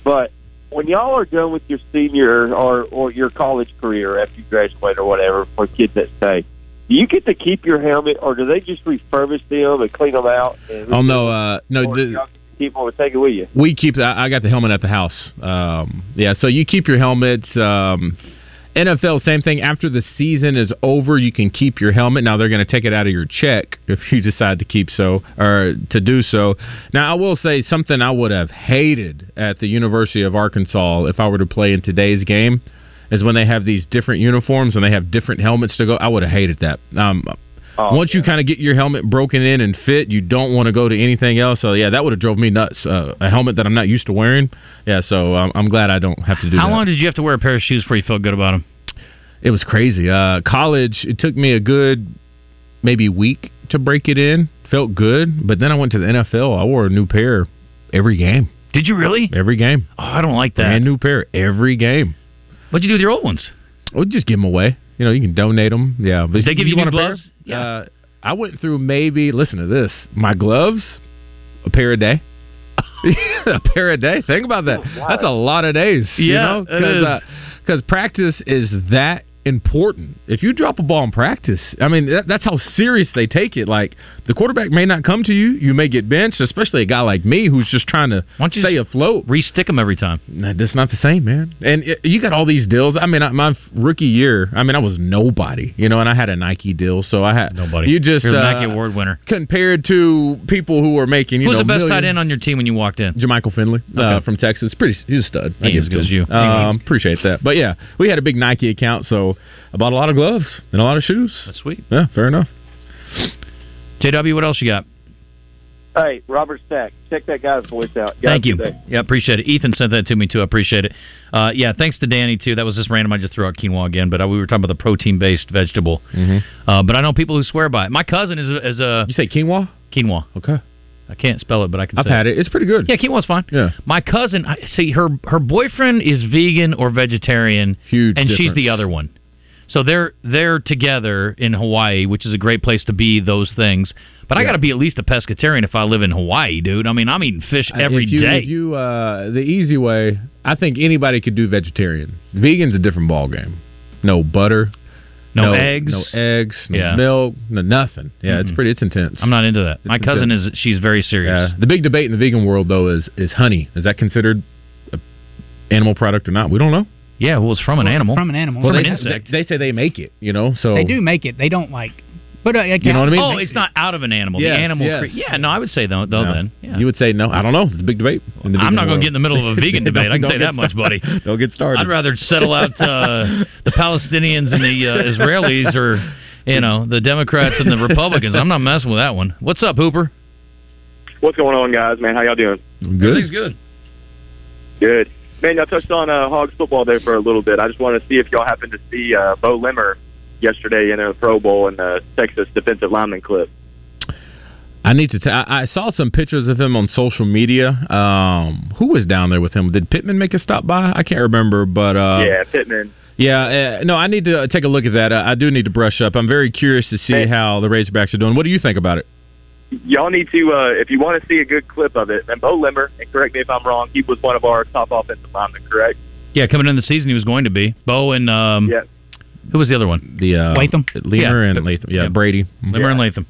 Speaker 10: but when y'all are done with your senior or or your college career after you graduate or whatever, for kids that stay, do you get to keep your helmet, or do they just refurbish them and clean them out? And
Speaker 9: Oh, no. Uh, no,
Speaker 10: or
Speaker 9: the-
Speaker 10: y'all can keep them and take it with you.
Speaker 9: we keep I, I got the helmet at the house um yeah so you keep your helmets um NFL same thing after the season is over you can keep your helmet now they're going to take it out of your check if you decide to keep so or to do so now I will say something I would have hated at the University of Arkansas if I were to play in today's game is when they have these different uniforms and they have different helmets to go I would have hated that um once you kind of get your helmet broken in and fit, you don't want to go to anything else. So yeah, that would have drove me nuts. Uh, a helmet that I'm not used to wearing. Yeah, so um, I'm glad I don't have to do
Speaker 8: How
Speaker 9: that.
Speaker 8: long did you have to wear a pair of shoes before you felt good about them?
Speaker 9: It was crazy. Uh, college, it took me a good maybe week to break it in. Felt good, but then I went to the NFL. I wore a new pair every game.
Speaker 8: Did you really?
Speaker 9: Every game.
Speaker 8: Oh, I don't like that.
Speaker 9: Brand new pair every game.
Speaker 8: What'd you do with your old ones?
Speaker 9: Oh, just give them away. You know, you can donate them. Yeah, but
Speaker 8: Did they give you,
Speaker 9: want
Speaker 8: new
Speaker 9: a pair?
Speaker 8: gloves? Yeah.
Speaker 9: Uh, I went through maybe listen to this. My gloves, a pair a day. a pair a day. Think about that. That's a lot of days. you
Speaker 8: Yeah,
Speaker 9: know? uh,
Speaker 8: it is.
Speaker 9: because practice is that important. If you drop a ball in practice, I mean that, that's how serious they take it. Like the quarterback may not come to you. You may get benched, especially a guy like me who's just trying to stay afloat.
Speaker 8: Restick them every time.
Speaker 9: That's not the same, man. And it, you got all these deals. I mean, I, my rookie year, I mean, I was nobody, you know, and I had a Nike deal, so I had nobody. You just
Speaker 8: You're the
Speaker 9: uh,
Speaker 8: Nike Award winner.
Speaker 9: compared to people who were making. You
Speaker 8: Who's
Speaker 9: know,
Speaker 8: the best
Speaker 9: millions-
Speaker 8: tight end on your team when you walked in?
Speaker 9: Jermichael Finley uh, from Texas. Pretty, he's a stud.
Speaker 8: He ain't as good as you.
Speaker 9: Um, appreciate that. But yeah, we had a big Nike account, so I bought a lot of gloves and a lot of shoes. That's
Speaker 8: sweet.
Speaker 9: Yeah, fair enough.
Speaker 8: JW, what else you got?
Speaker 10: Hey, Robert Stack, check that guy's voice out. Guys
Speaker 8: Thank you.
Speaker 10: today.
Speaker 8: Yeah, appreciate it. Ethan sent that to me too. I appreciate it. Uh, yeah, thanks to Danny too. That was just random. I just threw out quinoa again, but I, we were talking about
Speaker 9: Mm-hmm.
Speaker 8: the protein-based vegetable. Uh, but I know people who swear by it. My cousin is a, is a
Speaker 9: you say quinoa?
Speaker 8: Quinoa.
Speaker 9: Okay.
Speaker 8: I can't spell it, but I can.
Speaker 9: I've
Speaker 8: say
Speaker 9: had it. It's pretty good.
Speaker 8: Yeah, quinoa's fine.
Speaker 9: Yeah.
Speaker 8: My cousin, I- see, her her boyfriend is vegan or vegetarian,
Speaker 9: Huge
Speaker 8: and she's
Speaker 9: difference.
Speaker 8: the other one. So they're they're together in Hawaii, which is a great place to be. Those things, but I
Speaker 9: Yeah.
Speaker 8: got to be at least a pescatarian if I live in Hawaii, dude. I mean, I'm eating fish every
Speaker 9: if you,
Speaker 8: day.
Speaker 9: If you, uh, the easy way, I think anybody could do vegetarian. Vegan's a different ballgame. No butter,
Speaker 8: No eggs.
Speaker 9: no eggs, no
Speaker 8: Yeah.
Speaker 9: milk, no nothing. Yeah, it's
Speaker 8: Mm-mm.
Speaker 9: pretty. It's intense.
Speaker 8: I'm not into that. My cousin is she's very serious.
Speaker 9: The big debate in the vegan world though is is honey. Is that considered a animal product or not? We don't know.
Speaker 8: Yeah, well, it's from
Speaker 2: Well, it's from an animal.
Speaker 9: Well,
Speaker 2: From
Speaker 9: they,
Speaker 2: an insect.
Speaker 9: They, they say they make it. You know, so
Speaker 2: They do make it. They don't like. But uh,
Speaker 9: You know what I mean?
Speaker 8: Oh, it's not out of an animal.
Speaker 9: Yes,
Speaker 8: the animal,
Speaker 9: yes.
Speaker 8: cre- yeah. No, I would say though. though
Speaker 9: No.
Speaker 8: then,
Speaker 9: You would say no. I don't know. It's a big debate. in the
Speaker 8: I'm
Speaker 9: vegan
Speaker 8: not going
Speaker 9: world.
Speaker 8: to get in the middle of a vegan
Speaker 9: Don't-
Speaker 8: debate. I can
Speaker 9: don't
Speaker 8: say
Speaker 9: get
Speaker 8: that much, buddy.
Speaker 9: started. Don't get started.
Speaker 8: I'd rather settle out uh, the Palestinians and the uh, Israelis, or you know, the Democrats and the Republicans. I'm not messing with that one. What's up, Hooper?
Speaker 11: What's going on, guys? Man, how y'all doing?
Speaker 8: Everything's good.
Speaker 11: Good. Man, y'all touched on uh, Hogs football there for a little bit. I just wanted to see if y'all happened to see uh, Bo Limmer yesterday in a Pro Bowl in the Texas defensive lineman clip.
Speaker 9: I need to. T- I, I saw some pictures of him on social media. Um, who was down there with him? Did Pittman make a stop by? I can't remember, but uh,
Speaker 11: yeah, Pittman.
Speaker 9: yeah, uh, no, I need to take a look at that. I, I do need to brush up. I'm very curious to see how the Razorbacks are doing. What do you think about it?
Speaker 11: Y'all need to, uh, if you want to see a good clip of it, and Bo Limmer, and correct me if I'm wrong, he was one of our top offensive linemen, correct?
Speaker 8: Yeah, coming in the season, he was going to be Bo and um,
Speaker 11: Yeah.
Speaker 8: who was the other one?
Speaker 9: The uh,
Speaker 8: Latham,
Speaker 9: Lemur and Latham. Yeah, Brady.
Speaker 8: Lemur and Latham.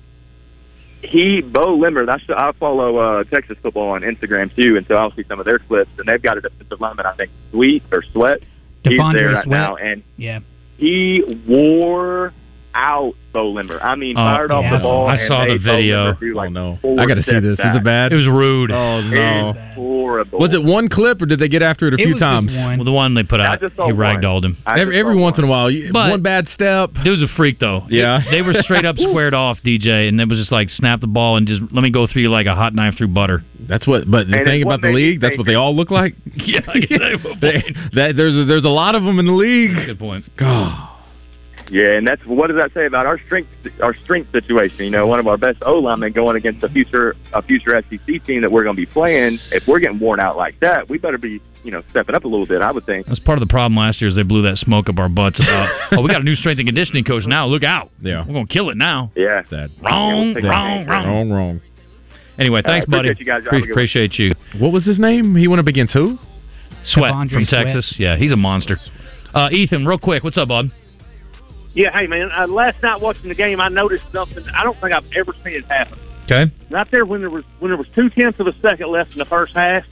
Speaker 11: He, Bo Limmer, that's, I follow uh, Texas football on Instagram too, and so I'll see some of their clips, and they've got a defensive lineman, I think, Sweet or Sweat. He's
Speaker 2: Devondre
Speaker 11: there right
Speaker 2: Sweat.
Speaker 11: now, and
Speaker 2: Yeah.
Speaker 11: he wore out Bo Limber. I mean,
Speaker 8: Oh,
Speaker 11: fired off
Speaker 8: yeah.
Speaker 11: the ball.
Speaker 8: I
Speaker 11: and
Speaker 8: saw
Speaker 11: made
Speaker 8: the
Speaker 11: Bo
Speaker 8: video.
Speaker 11: Limber do, like,
Speaker 9: no.
Speaker 11: four
Speaker 9: I got to see
Speaker 11: steps
Speaker 9: this. Is
Speaker 11: back.
Speaker 9: it bad?
Speaker 8: It was rude.
Speaker 9: Oh no.
Speaker 11: It's horrible.
Speaker 9: Was it one clip or did they get after it a few times?
Speaker 8: Well, the one they put out,
Speaker 11: just saw
Speaker 8: he
Speaker 11: one.
Speaker 8: ragdolled him.
Speaker 9: Every, every once in a while, you,
Speaker 8: But-
Speaker 9: one bad step.
Speaker 8: Dude was a freak though.
Speaker 9: Yeah.
Speaker 8: They were straight up squared off, DJ, and it was just like snap the ball and just let me go through you like a hot knife through butter.
Speaker 9: That's what. But the
Speaker 8: And
Speaker 9: thing
Speaker 8: it's
Speaker 9: about
Speaker 8: what
Speaker 9: the
Speaker 8: made me
Speaker 9: league, that's what they all look like.
Speaker 8: yeah,
Speaker 9: They- that, there's a, there's a lot of them in the league.
Speaker 8: Good point.
Speaker 9: God.
Speaker 11: Yeah, and that's what does that say about our strength our strength situation? You know, one of our best O linemen going against a future a future SEC team that we're going to be playing. If we're getting worn out like that, we better be you know stepping up a little bit. I would think.
Speaker 8: That's part of the problem last year is they blew that smoke up our butts about oh we got a new strength and conditioning coach now, look out.
Speaker 9: Yeah.
Speaker 8: We're gonna kill it now.
Speaker 11: Yeah.
Speaker 9: Sad.
Speaker 8: Wrong,
Speaker 9: Yeah.
Speaker 8: wrong, wrong.
Speaker 9: wrong, wrong.
Speaker 8: Anyway, thanks,
Speaker 9: Uh, appreciate
Speaker 8: buddy.
Speaker 9: you guys. Y'all have a
Speaker 8: Pre-
Speaker 9: good one.
Speaker 8: appreciate you.
Speaker 9: What was his name? He went up against who?
Speaker 8: Sweat
Speaker 9: Devondre
Speaker 8: from
Speaker 9: Sweat.
Speaker 8: Texas. Yeah, he's a monster. Uh, Ethan, real quick, what's up, Bob?
Speaker 12: Yeah, hey man. Uh, last night watching the game, I noticed something I don't think I've ever seen it happen.
Speaker 8: Okay.
Speaker 12: Not there when there was when there was two tenths of a second left in the first half.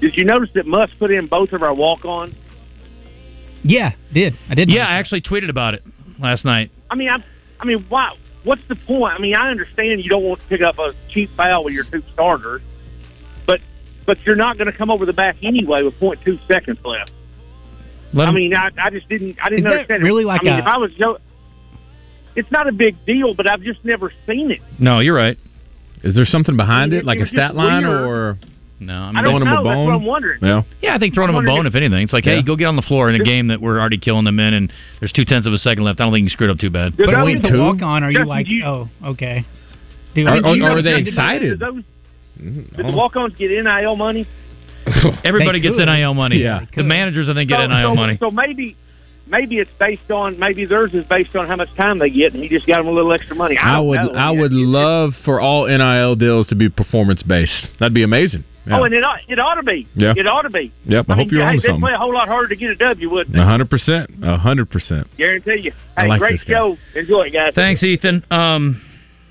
Speaker 12: Did you notice that Musk put in both of our walk-ons?
Speaker 2: Yeah, did I did?
Speaker 8: Yeah, I actually tweeted about it last night.
Speaker 12: I mean, I, I mean, why? What's the point? I mean, I understand you don't want to pick up a cheap foul with your two starters, but but you're not going to come over the back anyway with point two seconds left.
Speaker 2: Let
Speaker 12: I
Speaker 2: him-
Speaker 12: mean, I, I just didn't. I didn't
Speaker 2: Is that
Speaker 12: understand.
Speaker 2: really
Speaker 12: it.
Speaker 2: like
Speaker 12: I mean,
Speaker 2: a-
Speaker 12: if I was Joe, it's not a big deal, but I've just never seen it.
Speaker 8: No, you're right.
Speaker 9: Is there something behind it, like
Speaker 12: it
Speaker 9: a
Speaker 12: was
Speaker 9: stat
Speaker 12: just
Speaker 9: line,
Speaker 12: weird.
Speaker 9: or
Speaker 8: no?
Speaker 12: I don't
Speaker 9: throwing him
Speaker 12: know.
Speaker 9: a
Speaker 12: That's
Speaker 9: bone.
Speaker 12: what I'm wondering.
Speaker 9: Yeah.
Speaker 8: Yeah, I think throwing
Speaker 12: I'm
Speaker 8: them a
Speaker 12: wondering
Speaker 8: bone,
Speaker 12: if-
Speaker 8: if anything. It's like, hey, go get on the floor in a game that we're already killing them in, and there's two tenths of a second left. I don't think you screwed up too bad.
Speaker 2: But if it's a walk on, are you like, oh, okay? Do I-
Speaker 8: Or- or- or are they
Speaker 12: Did
Speaker 8: excited?
Speaker 12: Those,
Speaker 9: Mm-hmm.
Speaker 12: did
Speaker 9: Oh.
Speaker 12: the walk-ons get NIL money?
Speaker 8: Everybody
Speaker 12: They
Speaker 8: gets
Speaker 12: could.
Speaker 8: nil money.
Speaker 12: Yeah.
Speaker 8: the managers I think get
Speaker 12: so,
Speaker 8: nil
Speaker 12: so-
Speaker 8: money.
Speaker 12: So maybe, maybe it's based on maybe theirs is based on how much time they get, and he just got them a little extra money. I,
Speaker 9: I
Speaker 12: don't
Speaker 9: would
Speaker 12: know.
Speaker 9: I would love for all NIL deals to be performance based. That'd be amazing. Yeah.
Speaker 12: Oh, and it ought, it ought to be.
Speaker 9: Yeah.
Speaker 12: It ought to be.
Speaker 9: Yep, I
Speaker 12: mean,
Speaker 9: hope you're
Speaker 12: hey,
Speaker 9: onto
Speaker 12: they'd
Speaker 9: something.
Speaker 12: play a whole lot harder to get a W, wouldn't they?
Speaker 9: hundred percent, hundred percent.
Speaker 12: Guarantee you.
Speaker 9: I
Speaker 12: Hey,
Speaker 9: like
Speaker 12: great
Speaker 9: this guy.
Speaker 12: show. Enjoy it, guys.
Speaker 8: Thanks, Ethan. Um,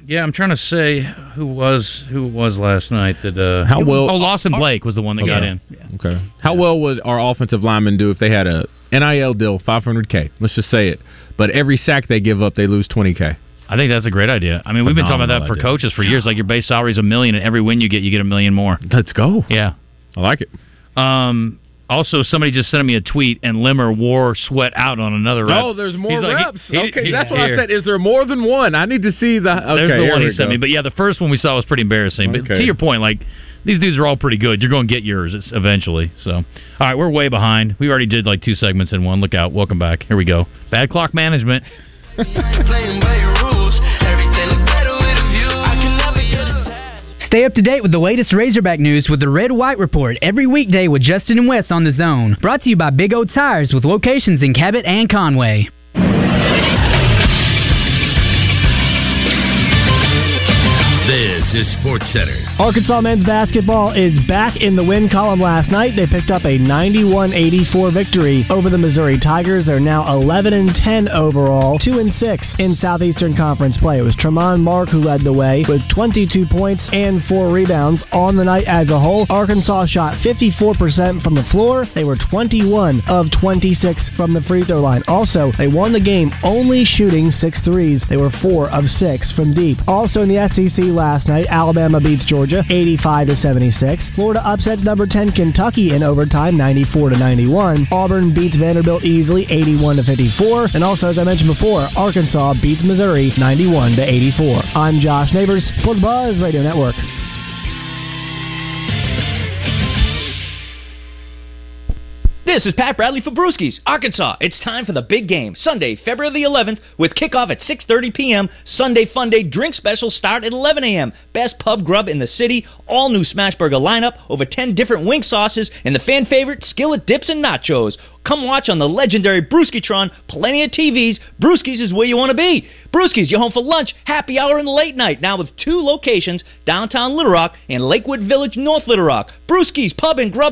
Speaker 8: yeah, I'm trying to say who was who was last night that uh,
Speaker 9: How well-
Speaker 8: Oh, Lawson Blake was the one that got
Speaker 9: Okay.
Speaker 8: in.
Speaker 9: Okay. How well would our offensive linemen do if they had a NIL deal, 500K? Let's just say it. But every sack they give up, they lose 20K.
Speaker 8: I think that's a great idea. I mean, we've been talking about that for
Speaker 9: Phenomenal
Speaker 8: coaches for years. Like your base salary is a million, and every win you get, you get a million more.
Speaker 9: Let's go.
Speaker 8: Yeah,
Speaker 9: I like it.
Speaker 8: Um, also, somebody just sent me a tweet, and Limmer wore sweat out on another. rep.
Speaker 9: Oh, there's more
Speaker 8: He's like, he-
Speaker 9: reps.
Speaker 8: he-
Speaker 9: okay,
Speaker 8: he-
Speaker 9: that's what
Speaker 8: here.
Speaker 9: I said. Is there more than one? I need to see the. Okay,
Speaker 8: There's the
Speaker 9: here
Speaker 8: one he
Speaker 9: we
Speaker 8: sent
Speaker 9: go.
Speaker 8: me. But yeah, the first one we saw was pretty embarrassing. But
Speaker 9: Okay.
Speaker 8: to your point, like these dudes are all pretty good. You're going to get yours it's- eventually. So, all right, we're way behind. We already did like two segments in one. Look out! Welcome back. Here we go. Bad clock management.
Speaker 3: Playing by your rules, everything look better with a view. I can never get a
Speaker 13: Stay up to date with the latest Razorback news with the Red White Report every weekday with Justin and Wes on the Zone. Brought to you by Big O Tires with locations in Cabot and Conway.
Speaker 14: This is Sports Center.
Speaker 15: Arkansas men's basketball is back in the win column last night. They picked up a 91-84 victory over the Missouri Tigers. They're now 11 and 10 overall, 2 and 6 in Southeastern Conference play. It was Tremont Mark who led the way with 22 points and 4 rebounds on the night as a whole. Arkansas shot 54% from the floor. They were 21 of 26 from the free throw line. Also, they won the game only shooting 6 threes. They were 4 of 6 from deep. Also in the SEC last night, Alabama beats Georgia 85 to 76. Florida upsets number 10 Kentucky in overtime 94 to 91. Auburn beats Vanderbilt easily 81 to 54. And also, as I mentioned before, Arkansas beats Missouri 91 to 84. I'm Josh Neighbors for the Buzz Radio Network.
Speaker 16: This is Pat Bradley for Brewskis, Arkansas. It's time for the big game, Sunday, February the 11th, with kickoff at 6.30 p.m. Sunday Fun Day drink special start at 11 a.m. Best pub grub in the city, all new Smashburger lineup, over 10 different wing sauces, and the fan favorite, skillet dips and nachos. Come watch on the legendary Brewskitron, plenty of TVs. Brewskis is where you want to be. Brewskis, you're home for lunch, happy hour, and late night. Now with two locations, downtown Little Rock and Lakewood Village, North Little Rock. Brewskis,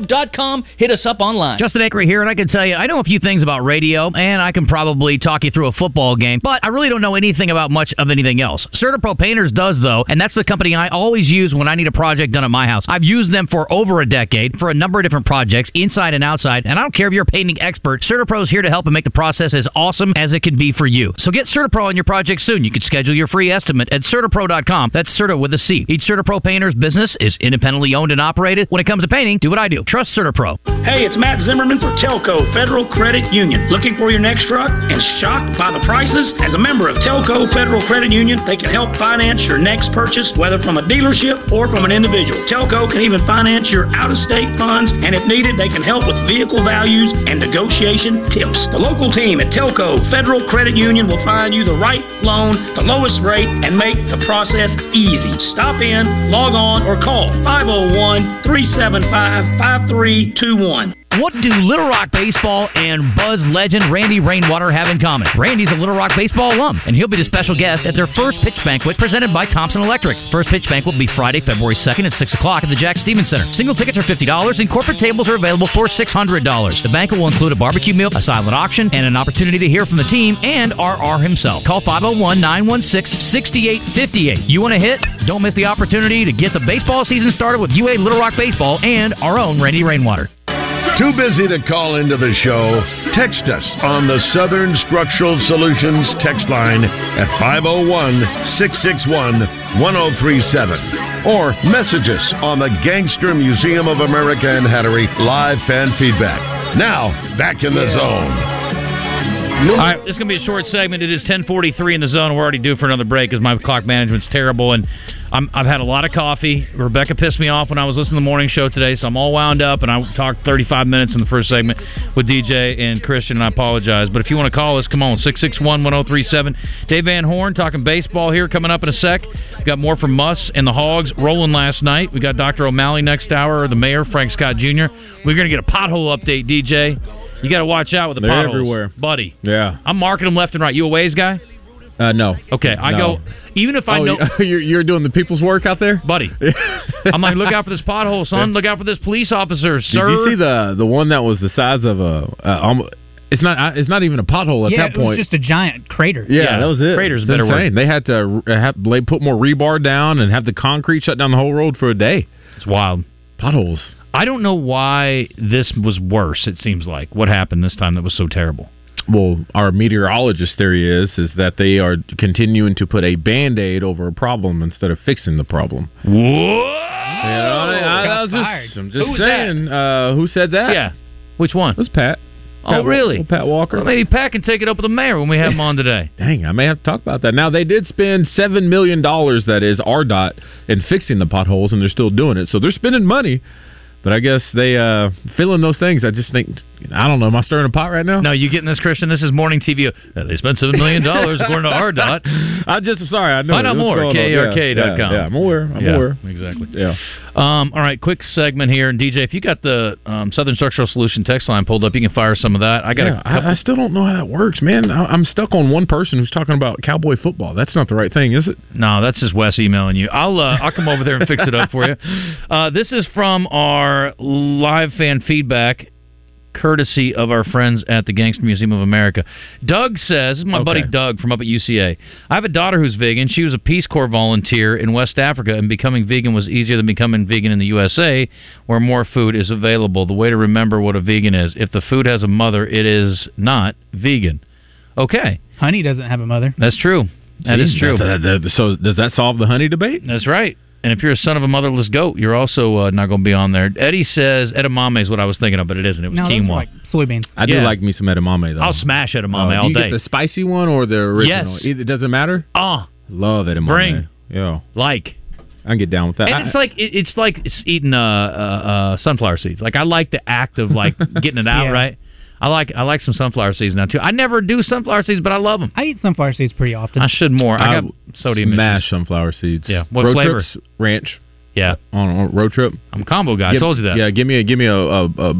Speaker 16: pubandgrub.com. Hit us up online.
Speaker 17: Justin Ackery here, and I can tell you I know a few things about radio, and I can probably talk you through a football game, but I really don't know anything about much of anything else. Certapro Painters does, though, and that's the company I always use when I need a project done at my house. I've used them for over a decade for a number of different projects, inside and outside, and I don't care if you're a painting expert, Certapro's here to help and make the process as awesome as it can be for you. So get Certapro on your project soon. You can schedule your free estimate at CertaPro.com. That's Certa with a C. Each Certapro painter's business is independently owned and operated. When it comes to painting, do what I do. Trust Certapro.
Speaker 18: Hey, it's Matt Zimmerman for Telco Federal Credit Union. Looking for your next truck and shocked by the prices? As a member of Telco Federal Credit Union, they can help finance your next purchase, whether from a dealership or from an individual. Telco can even finance your out of state funds, and if needed, they can help with vehicle values and negotiation tips. The local team at Telco Federal Credit Union will find you the right loan, the lowest rate, and make the process easy. Stop in, log on, or call 501 375 5321.
Speaker 17: What do Little Rock baseball and Buzz legend Randy Rainwater have in common? Randy's a Little Rock baseball alum, and he'll be the special guest at their first pitch banquet presented by Thompson Electric. First pitch banquet will be Friday, February 2nd at 6 o'clock at the Jack Stevens Center. Single tickets are $50, and corporate tables are available for $600. The banquet will include a barbecue meal, a silent auction, and an opportunity to hear from the team and RR himself. Call 501 916 6858. You want to hit? Don't miss the opportunity to get the baseball season started with UA Little Rock Baseball and our own Randy Rainwater.
Speaker 4: Too busy to call into the show? Text us on the Southern Structural Solutions text line at 501 661 1037. Or message us on the Gangster Museum of America in Hattery live fan feedback. Now, back in the zone.
Speaker 8: All right, this is going to be a short segment. It is 10:43 in the zone. We're already due for another break because my clock management's terrible, and I'm, I've had a lot of coffee. Rebecca pissed me off when I was listening to the morning show today, so I'm all wound up. And I talked 35 minutes in the first segment with DJ and Christian, and I apologize. But if you want to call us, come on 661-1037. Dave Van Horn talking baseball here coming up in a sec. We got more from Muss and the Hogs rolling last night. We got Dr. O'Malley next hour, the mayor Frank Scott Jr. We're going to get a pothole update, DJ. You got to watch out with the
Speaker 9: They're
Speaker 8: potholes,
Speaker 9: everywhere.
Speaker 8: buddy.
Speaker 9: Yeah.
Speaker 8: I'm marking them left and right. You a ways guy?
Speaker 9: Uh, no.
Speaker 8: Okay, I
Speaker 9: No.
Speaker 8: go. Even if I
Speaker 9: Oh,
Speaker 8: know,
Speaker 9: you're, you're doing the people's work out there,
Speaker 8: buddy. I'm like, look out for this pothole, son.
Speaker 9: Yeah.
Speaker 8: Look out for this police officer, sir.
Speaker 9: Did you see the the one that was the size of a? Uh, almost, it's not. I- It's not even a pothole at
Speaker 2: yeah,
Speaker 9: that
Speaker 2: it was
Speaker 9: point.
Speaker 2: just a giant crater.
Speaker 9: yeah, that was it.
Speaker 8: Crater's a
Speaker 9: It's
Speaker 8: better word.
Speaker 9: insane. They had to uh, have they put more rebar down and have the concrete shut down the whole road for a day.
Speaker 8: It's wild.
Speaker 9: Potholes.
Speaker 8: I don't know why this was worse. It seems like what happened this time that was so terrible.
Speaker 9: Well, our meteorologist theory is is that they are continuing to put a band aid over a problem instead of fixing the problem.
Speaker 8: Whoa!
Speaker 9: I, I was just, I'm just saying. Uh, who said that?
Speaker 8: Yeah. Which one? It
Speaker 9: was Pat.
Speaker 8: Oh,
Speaker 9: Pat Wa-
Speaker 8: really?
Speaker 9: Pat Walker.
Speaker 8: Well, maybe Pat can take it up with the mayor when we have him on today.
Speaker 9: Dang, I may have to talk about that. Now they did spend seven million dollars, that is RDOT, in fixing the potholes, and they're still doing it. So they're spending money, But I guess they uh feeling those things. I just think I don't know. Am I stirring a pot right now?
Speaker 8: No, you getting this, Christian? This is morning TV. Uh, They spent seven million dollars according to RDOT.
Speaker 9: I just I'm sorry. I know.
Speaker 8: Find out
Speaker 9: What's
Speaker 8: more.
Speaker 9: going on?
Speaker 8: KRK.com.
Speaker 9: Yeah, yeah, yeah, I'm aware. I'm
Speaker 8: Yeah,
Speaker 9: aware.
Speaker 8: Exactly.
Speaker 9: Yeah.
Speaker 8: Um, all right, quick segment here, and DJ, if you got the um, Southern Structural Solution text line pulled up, you can fire some of that. I got
Speaker 9: yeah,
Speaker 8: a couple.
Speaker 9: I, I still don't know how that works, man. I, I'm stuck on one person who's talking about cowboy football. That's not the right thing, is it?
Speaker 8: No, that's just Wes emailing you. I'll uh, I'll come over there and fix it up for you. Uh, this is from our live fan feedback, courtesy of our friends at the Gangster Museum of America. Doug says, "This is my buddy
Speaker 9: Okay.
Speaker 8: Doug from up at UCA. I have a daughter who's vegan. She was a Peace Corps volunteer in West Africa, and becoming vegan was easier than becoming vegan in the USA, where more food is available. The way to remember what a vegan is: if the food has a mother, it is not vegan. Okay,
Speaker 2: Honey doesn't have a mother.
Speaker 8: that's true. That is
Speaker 9: Jeez,
Speaker 8: true.
Speaker 9: that- that- that- so does that solve the honey debate?
Speaker 8: That's right. And if you're a son of a motherless goat, you're also uh, not going to be on there. Eddie says edamame is what I was thinking of, but it isn't. It was
Speaker 2: No, those
Speaker 8: quinoa.
Speaker 2: are like soybeans.
Speaker 9: I do like me some edamame though.
Speaker 8: I'll smash edamame
Speaker 9: Uh,
Speaker 8: all
Speaker 9: you
Speaker 8: day.
Speaker 9: get the spicy one or the original?
Speaker 8: Yes.
Speaker 9: It doesn't matter.
Speaker 8: Ah,
Speaker 9: love edamame.
Speaker 8: Bring.
Speaker 9: Yeah.
Speaker 8: Like.
Speaker 9: I can get down with that.
Speaker 8: and it's like it, it's like it's eating uh, uh, uh, sunflower seeds. Like I like the act of like getting it out
Speaker 2: Yeah.
Speaker 8: right. I like I like some sunflower seeds now too. I never do sunflower seeds, but I love them.
Speaker 2: I eat sunflower seeds pretty often.
Speaker 8: I should more. I got sodium
Speaker 9: Mash sunflower seeds. Yeah.
Speaker 8: What
Speaker 9: road
Speaker 8: flavor?
Speaker 9: Trips, ranch.
Speaker 8: Yeah.
Speaker 9: On, on a road trip.
Speaker 8: I'm a combo guy. I
Speaker 9: Give-
Speaker 8: told you that.
Speaker 9: Yeah. Give me a give me a, a, a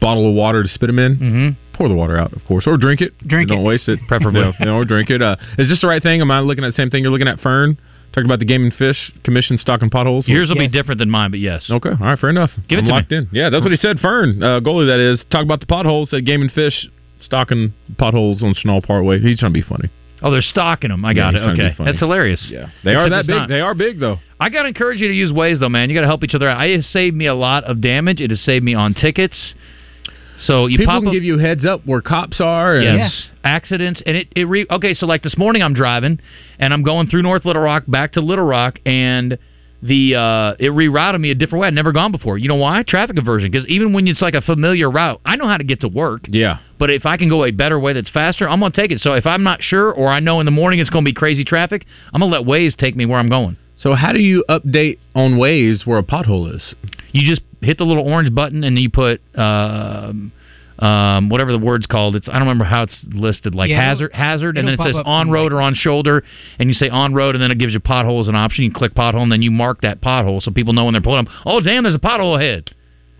Speaker 9: bottle of water to spit them in.
Speaker 8: Mm-hmm.
Speaker 9: Pour the water out, of course, or drink it.
Speaker 2: Drink
Speaker 9: Don't waste it.
Speaker 8: Preferably.
Speaker 9: No, no, or drink it. Uh, is this the right thing? Am I looking at the same thing you're looking at? Fern talking about the game and fish commission stocking potholes.
Speaker 8: Yours will be different than mine, but yes.
Speaker 9: Okay. All right. Fair enough.
Speaker 8: Give it
Speaker 9: I'm
Speaker 8: to
Speaker 9: locked
Speaker 8: me.
Speaker 9: in. Yeah, that's what he said. Fern, uh, goalie, that is. Talk about the potholes. Said game and fish stocking potholes on Schnall Parkway. He's trying to be funny.
Speaker 8: Oh, they're stocking them. I
Speaker 9: Yeah,
Speaker 8: got
Speaker 9: he's
Speaker 8: it.
Speaker 9: trying to be
Speaker 8: Okay,
Speaker 9: funny.
Speaker 8: that's hilarious. Yeah,
Speaker 9: They are that big. They are big though.
Speaker 8: I gotta encourage you to use Waze though, man. You gotta help each other out. It has saved me a lot of damage. It has saved me on tickets. So you
Speaker 9: People
Speaker 8: pop
Speaker 9: can
Speaker 8: up,
Speaker 9: give you heads up where cops are. And
Speaker 8: yes, accidents, and it it re- okay. So like this morning, I'm driving and I'm going through North Little Rock back to Little Rock, and the uh it rerouted me a different way I'd never gone before. You know why? Traffic aversion. Because even when it's like a familiar route, I know how to get to work.
Speaker 9: Yeah.
Speaker 8: But if I can go a better way that's faster, I'm gonna take it. So if I'm not sure or I know in the morning it's gonna be crazy traffic, I'm gonna let Waze take me where I'm going.
Speaker 9: So how do you update on Waze where a pothole is?
Speaker 8: You just hit the little orange button and you put um, um, whatever the word's called. It's I don't remember how it's listed. Like
Speaker 2: Yeah,
Speaker 8: hazard, hazard, and then it
Speaker 2: it'll
Speaker 8: says
Speaker 2: pop up
Speaker 8: on road or on shoulder, and you say on road, and then it gives you pothole as an option. You click pothole, and then you mark that pothole so people know when they're pulling up. Oh, damn, there's a pothole ahead.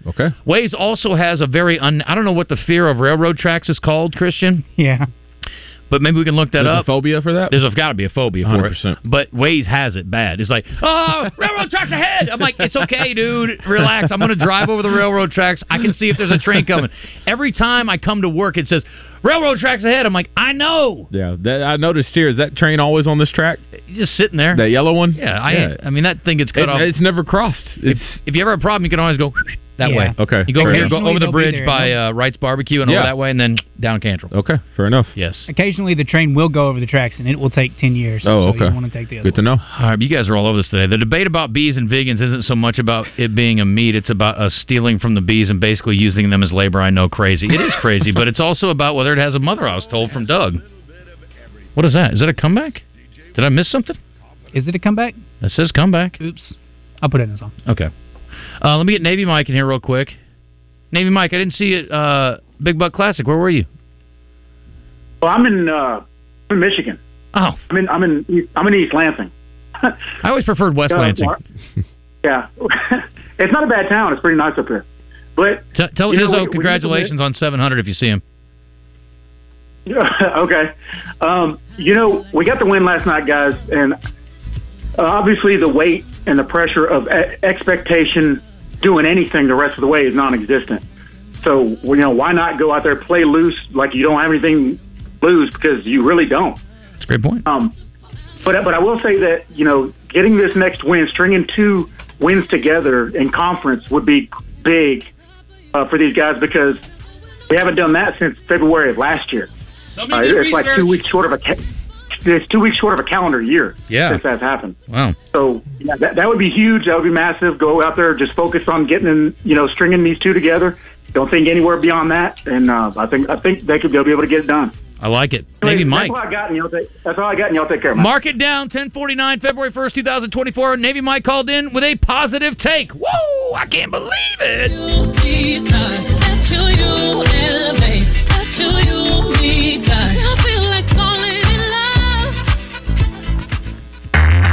Speaker 9: Okay.
Speaker 8: Waze also has a very un, I don't know what the fear of railroad tracks is called, Christian.
Speaker 2: Yeah.
Speaker 8: But maybe we can look that
Speaker 9: There's a
Speaker 8: up.
Speaker 9: phobia for that?
Speaker 8: There's got to be a phobia for it.
Speaker 9: 100%.
Speaker 8: But Waze has it bad. It's like, oh, railroad tracks ahead. I'm like, it's okay, dude. Relax. I'm going to drive over the railroad tracks. I can see if there's a train coming. Every time I come to work, it says railroad tracks ahead. I'm like, I know.
Speaker 9: Yeah. That, I noticed here. Is that train always on this track?
Speaker 8: Just sitting there.
Speaker 9: That yellow one.
Speaker 8: Yeah, I. I mean, that thing gets cut
Speaker 9: It-
Speaker 8: off.
Speaker 9: It's never crossed. It's
Speaker 8: if you ever have a problem, you can always go that
Speaker 9: Yeah.
Speaker 8: way.
Speaker 9: Okay,
Speaker 8: You go
Speaker 9: fair
Speaker 8: here,
Speaker 9: enough.
Speaker 8: go over the
Speaker 9: Occasionally
Speaker 8: bridge
Speaker 9: they'll be
Speaker 8: by
Speaker 9: there,
Speaker 8: uh, Wright's Barbecue and
Speaker 9: Yeah.
Speaker 8: over that way, and then down Cantrell.
Speaker 9: okay. Fair enough.
Speaker 8: Yes.
Speaker 2: Occasionally, the train will go over the tracks, and it will take ten years.
Speaker 8: Oh,
Speaker 2: So
Speaker 8: okay.
Speaker 2: you want to take the other.
Speaker 9: Good to know.
Speaker 8: All right, you guys are all over this today. The debate about bees and vegans isn't so much about it being a meat; it's about us stealing from the bees and basically using them as labor. I know, crazy. It is crazy, but it's also about whether it has a mother. I was told from Doug. What is that? Is that a comeback? Did I miss something?
Speaker 2: Is it a comeback?
Speaker 8: It says comeback.
Speaker 2: Oops. I'll put it in the song.
Speaker 8: Okay. Uh, let me get Navy Mike in here real quick. Navy Mike, I didn't see it. Uh, Big Buck Classic. Where were you?
Speaker 19: Well, I'm in uh, I'm in Michigan.
Speaker 8: Oh,
Speaker 19: I'm in I'm in I'm in East Lansing.
Speaker 8: I always preferred West
Speaker 19: Uh,
Speaker 8: Lansing.
Speaker 19: Yeah, it's not a bad town. It's pretty nice up here. But
Speaker 8: T- tell
Speaker 19: You know, when- when
Speaker 8: Izzo
Speaker 19: you-
Speaker 8: congratulations on 700 if you see him.
Speaker 19: okay, um, you know we got the win last night, guys, and obviously the weight and the pressure of e- expectation doing anything the rest of the way is non-existent. So you know why not go out there play loose like you don't have anything lose because you really don't.
Speaker 8: That's a great point.
Speaker 19: Um, but but I will say that you know getting this next win, stringing two wins together in conference would be big uh, for these guys because we haven't done that since February of last year. Uh,
Speaker 8: do
Speaker 19: it's like two
Speaker 8: research.
Speaker 19: weeks short of a ca- it's two weeks short of a calendar year
Speaker 8: Yeah.
Speaker 19: since that's happened.
Speaker 8: Wow.
Speaker 19: So yeah, that, that would be huge. That would be massive. Go out there, just focus on getting in, you know stringing these two together. Don't think anywhere beyond that, and uh, I think I think they could they'll be able to get it done.
Speaker 8: I like it. Navy
Speaker 19: That's
Speaker 8: Mike.
Speaker 19: all I got, and y'all take, that's all I got, and y'all take care. man.
Speaker 8: Mark it down, 1049, February 1st, 2024. Navy Mike called in with a positive take. Woo!
Speaker 3: Woo! I can't believe it.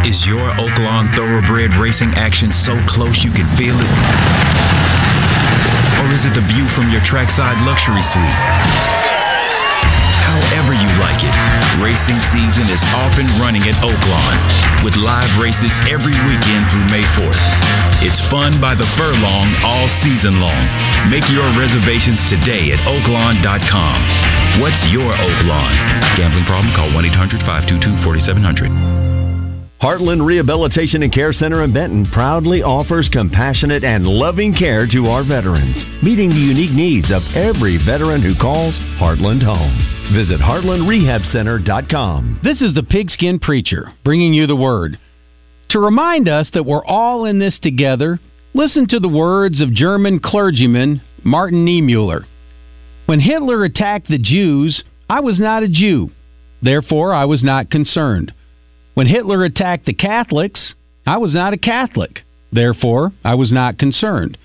Speaker 20: Is your Oaklawn thoroughbred racing action so close you can feel it? Or is it the view from your trackside luxury suite? However you like it, racing season is off and running at Oaklawn with live races every weekend through May 4th. It's fun by the furlong all season long. Make your reservations today at oaklawn.com. What's your Oaklawn? Gambling problem? Call 1-800-522-4700.
Speaker 21: Heartland Rehabilitation and Care Center in Benton proudly offers compassionate and loving care to our veterans, meeting the unique needs of every veteran who calls Heartland home. Visit heartlandrehabcenter.com.
Speaker 22: This is the Pigskin Preacher bringing you the word. To remind us that we're all in this together, listen to the words of German clergyman Martin Niemöller. When Hitler attacked the Jews, I was not a Jew. Therefore, I was not concerned. When Hitler attacked the Catholics, I was not a Catholic. Therefore, I was not concerned.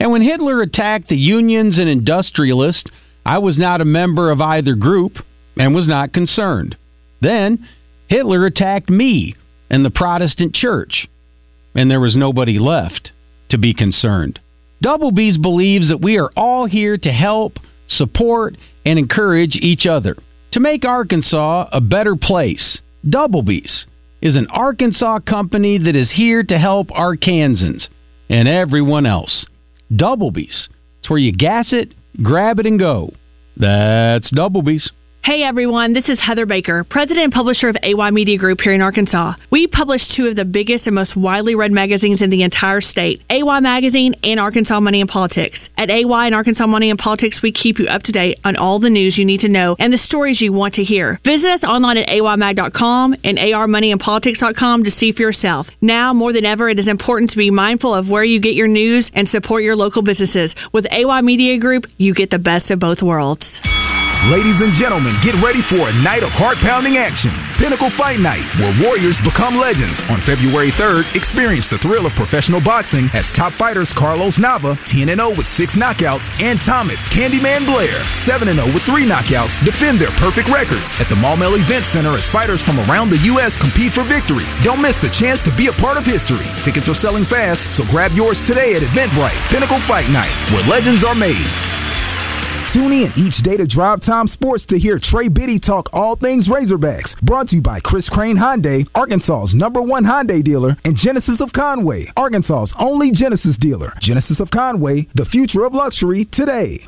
Speaker 22: And when Hitler attacked the unions and industrialists, I was not a member of either group and was not concerned. Then Hitler attacked me and the Protestant church, and there was nobody left to be concerned. Double B's believes that we are all here to help, support, and encourage each other to make Arkansas a better place. Double B's is an Arkansas company that is here to help Arkansans and everyone else. Double B's. It's where you gas it, grab it, and go. That's Double B's.
Speaker 23: Hey everyone, this is Heather Baker, president and publisher of AY Media Group here in Arkansas. We publish two of the biggest and most widely read magazines in the entire state AY Magazine and Arkansas Money and Politics. At AY and Arkansas Money and Politics, we keep you up to date on all the news you need to know and the stories you want to hear. Visit us online at aymag.com and armoneyandpolitics.com to see for yourself. Now, more than ever, it is important to be mindful of where you get your news and support your local businesses. With AY Media Group, you get the best of both worlds.
Speaker 24: Ladies and gentlemen, get ready for a night of heart pounding action. Pinnacle Fight Night, where warriors become legends. On February 3rd, experience the thrill of professional boxing as top fighters Carlos Nava, 10 0 with six knockouts, and Thomas Candyman Blair, 7 0 with three knockouts, defend their perfect records at the Maumelle Event Center as fighters from around the U.S. compete for victory. Don't miss the chance to be a part of history. Tickets are selling fast, so grab yours today at Eventbrite. Pinnacle Fight Night, where legends are made. Tune in each day to Drive Time Sports to hear Trey Biddy talk all things Razorbacks. Brought to you by Chris Crane Hyundai, Arkansas's number one Hyundai dealer, and Genesis of Conway, Arkansas's only Genesis dealer. Genesis of Conway, the future of luxury today.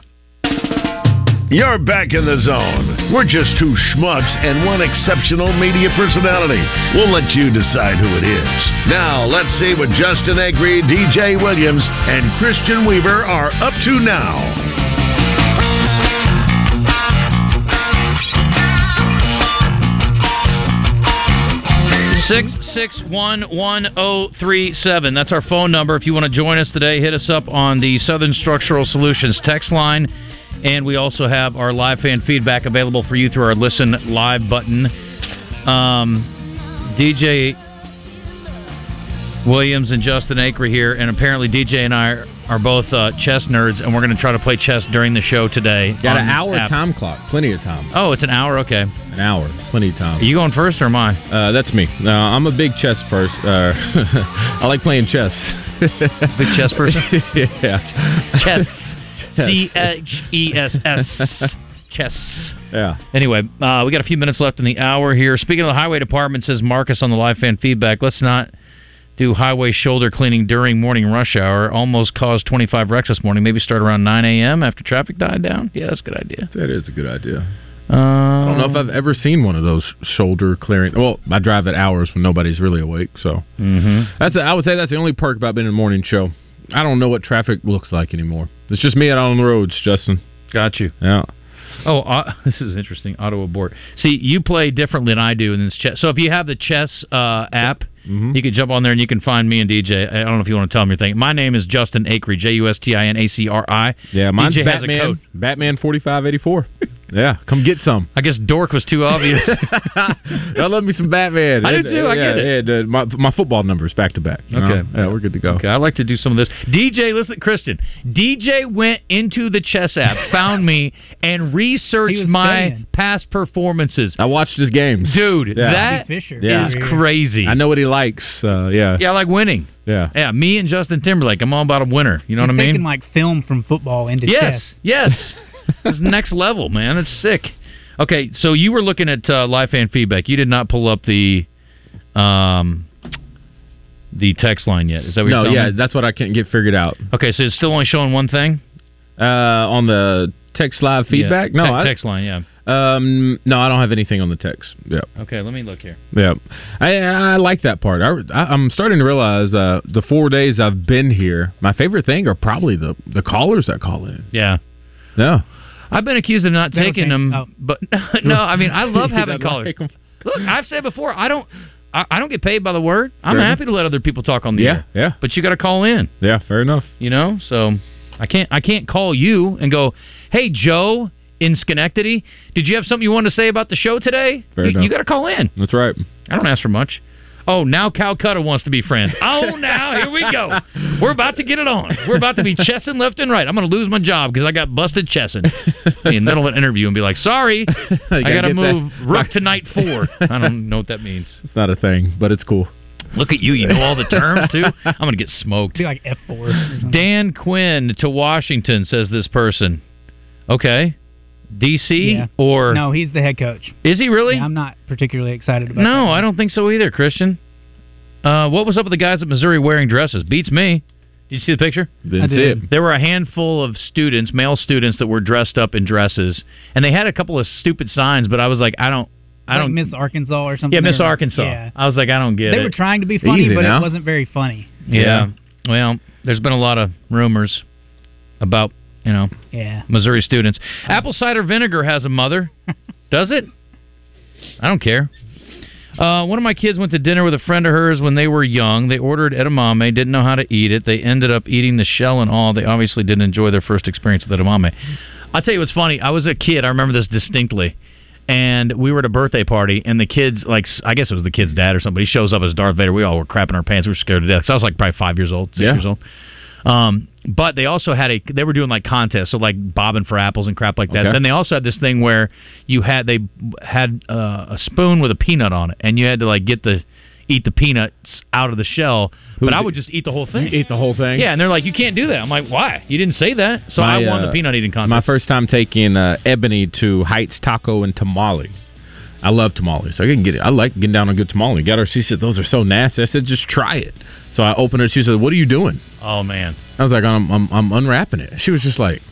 Speaker 4: You're back in the zone. We're just two schmucks and one exceptional media personality. We'll let you decide who it is. Now, let's see what Justin Agri, DJ Williams, and Christian Weaver are up to now.
Speaker 8: Six six one one zero three seven. That's our phone number. If you want to join us today, hit us up on the Southern Structural Solutions text line, and we also have our live fan feedback available for you through our listen live button. Um, DJ Williams and Justin Acre here, and apparently DJ and I are both uh, chess nerds, and we're going to try to play chess during the show today. on
Speaker 9: Got an
Speaker 8: this
Speaker 9: hour
Speaker 8: app.
Speaker 9: time clock, plenty of time.
Speaker 8: Oh, it's an hour. Okay,
Speaker 9: an hour, plenty of time. Are
Speaker 8: you going first or am I?
Speaker 9: Uh, that's me. Uh, I'm a big chess person. Uh, I like playing chess.
Speaker 8: big chess person.
Speaker 9: yeah.
Speaker 8: Chess. C H E S S. Chess.
Speaker 9: Yeah.
Speaker 8: Anyway, uh, we got a few minutes left in the hour here. Speaking of the highway department, says Marcus on the live fan feedback. Let's not do highway shoulder cleaning during morning rush hour. Almost caused 25 wrecks this morning. Maybe start around 9 a.m. after traffic died down. Yeah, that's a good idea.
Speaker 9: That is a good idea.
Speaker 8: I
Speaker 9: don't know if I've ever seen one of those shoulder clearing. Well, I drive at hours when nobody's really awake, so
Speaker 8: Mm-hmm.
Speaker 9: that's I would say that's the only perk about being in a morning show. I don't know what traffic looks like anymore. It's just me out on the roads, Justin.
Speaker 8: Got you.
Speaker 9: Yeah.
Speaker 8: Oh, uh, this is interesting. Auto abort. See, you play differently than I do in this chess. So if you have the chess uh, app,
Speaker 9: Mm-hmm.
Speaker 8: you can jump on there and you can find me and DJ. I don't know if you want to tell them your thing. My name is Justin Acri, J U S T I N A C R I.
Speaker 9: Yeah, mine's
Speaker 8: DJ has a
Speaker 9: Batman.
Speaker 8: code.
Speaker 9: Batman forty five eighty four. Yeah, come get some.
Speaker 8: I guess dork was too obvious.
Speaker 9: I love me some Batman.
Speaker 8: I do too. I get it.
Speaker 9: Yeah, my, my football numbers back to back. you know?
Speaker 8: Okay.
Speaker 9: Yeah, we're good to go.
Speaker 8: Okay, I like to do some of this. DJ, listen, Kristen. DJ went into the chess app, found me, and researched my
Speaker 9: studying.
Speaker 8: past performances.
Speaker 9: I watched his games.
Speaker 8: Dude,
Speaker 9: Yeah.
Speaker 8: that
Speaker 9: Steve
Speaker 8: is
Speaker 9: Fisher. Yeah.
Speaker 8: crazy.
Speaker 9: I know what he likes. Uh, yeah.
Speaker 8: Yeah, I like winning.
Speaker 9: Yeah.
Speaker 8: Yeah, me and Justin Timberlake. I'm all about a winner. You know what I
Speaker 2: He's
Speaker 8: mean?
Speaker 2: Taking like film from football into
Speaker 8: yes,
Speaker 2: chess.
Speaker 8: yes. it's next level, man. It's sick. Okay, so you were looking at uh, live fan feedback. You did not pull up the um, the text line yet. Is that what
Speaker 9: no,
Speaker 8: you're telling
Speaker 9: yeah,
Speaker 8: me?
Speaker 9: that's what I can't get figured out.
Speaker 8: Okay, so it's still only showing one thing?
Speaker 9: Uh, on the text live feedback?
Speaker 8: Yeah.
Speaker 9: No,
Speaker 8: Te-
Speaker 9: I,
Speaker 8: text line. Yeah.
Speaker 9: Um, no, I don't have anything on the text. Yeah.
Speaker 8: Okay, let me look here.
Speaker 9: Yeah, I, I like that part. I, I, I'm starting to realize uh, the four days I've been here, my favorite thing are probably the, the callers that call in.
Speaker 8: Yeah.
Speaker 9: Yeah.
Speaker 8: I've been accused of not taking them, but no, I mean I love having callers. Look, I've said before, I don't, I, I don't get paid by the word. I'm
Speaker 9: Fair enough.
Speaker 8: happy to let other people talk on the
Speaker 9: Yeah,
Speaker 8: air.
Speaker 9: yeah.
Speaker 8: But you got to call in.
Speaker 9: Yeah, fair enough.
Speaker 8: You know, so I can't, I can't call you and go, hey Joe in Schenectady, did you have something you wanted to say about the show today?
Speaker 9: Fair
Speaker 8: you
Speaker 9: enough.
Speaker 8: got to call in.
Speaker 9: That's right.
Speaker 8: I don't ask for much. Oh, now Calcutta wants to be friends. Oh, now here we go. We're about to get it on. We're about to be chessing left and right. I'm going to lose my job because I got busted chessing in the middle of an interview and be like, sorry, I
Speaker 9: gotta
Speaker 8: got to
Speaker 9: get
Speaker 8: move
Speaker 9: that.
Speaker 8: rook to knight four. I don't know what that means.
Speaker 9: It's not a thing, but it's cool.
Speaker 8: Look at you. You know all the terms, too. I'm going to get smoked.
Speaker 2: Be like F four.
Speaker 8: Dan Quinn to Washington, says this person. Okay. D.C.
Speaker 2: Yeah.
Speaker 8: or.
Speaker 2: No, he's the head coach.
Speaker 8: Is he really?
Speaker 2: Yeah, I'm not particularly excited about.
Speaker 8: No, I don't think so either, Christian. Uh, what was up with the guys at Missouri wearing dresses? Beats me. Did you see the picture?
Speaker 9: Didn't I see did.
Speaker 8: There were a handful of students, male students, that were dressed up in dresses, and they had a couple of stupid signs. But I was like, I don't, I
Speaker 2: Like
Speaker 8: don't.
Speaker 2: Miss Arkansas or something.
Speaker 8: yeah, Miss
Speaker 2: or-
Speaker 8: Arkansas.
Speaker 2: Yeah.
Speaker 8: I was like, I don't get
Speaker 2: They
Speaker 8: it.
Speaker 2: were trying to be funny,
Speaker 8: Easy
Speaker 2: but
Speaker 8: now.
Speaker 2: it wasn't very funny.
Speaker 8: Yeah. Well, there's been a lot of rumors about you know
Speaker 2: Yeah.
Speaker 8: Missouri students. Apple cider vinegar has a mother, does it? I don't care. Uh, one of my kids went to dinner with a friend of hers when they were young. They ordered edamame, didn't know how to eat it. They ended up eating the shell and all. They obviously didn't enjoy their first experience with edamame. I'll tell you what's funny. I was a kid. I remember this distinctly. And we were at a birthday party, and the kids, like, I guess it was the kid's dad or somebody, shows up as Darth Vader. We all were crapping our pants. We were scared to death. So I was like probably five years old, six
Speaker 9: Yeah.
Speaker 8: years old. Um, but they also had a they were doing like contests, so like bobbing for apples and crap like that.
Speaker 9: Okay.
Speaker 8: Then they also had this thing where you had they had uh, a spoon with a peanut on it, and you had to like get the eat the peanuts out of the shell. but I would just eat the whole thing.
Speaker 9: eat the whole thing.
Speaker 8: yeah, and they're like, you can't do that. I'm like, why? You didn't say that. So
Speaker 9: My,
Speaker 8: I won
Speaker 9: uh,
Speaker 8: the peanut eating contest.
Speaker 9: My first time taking uh, Ebony to Heights Taco and Tamale. I love tamales. I can get it. I like getting down on good tamale. Got her. She said those are so nasty. I said just try it. So I opened her. She said, "What are you doing?"
Speaker 8: oh man,
Speaker 9: I was like, I'm, I'm, I'm unwrapping it. She was just like,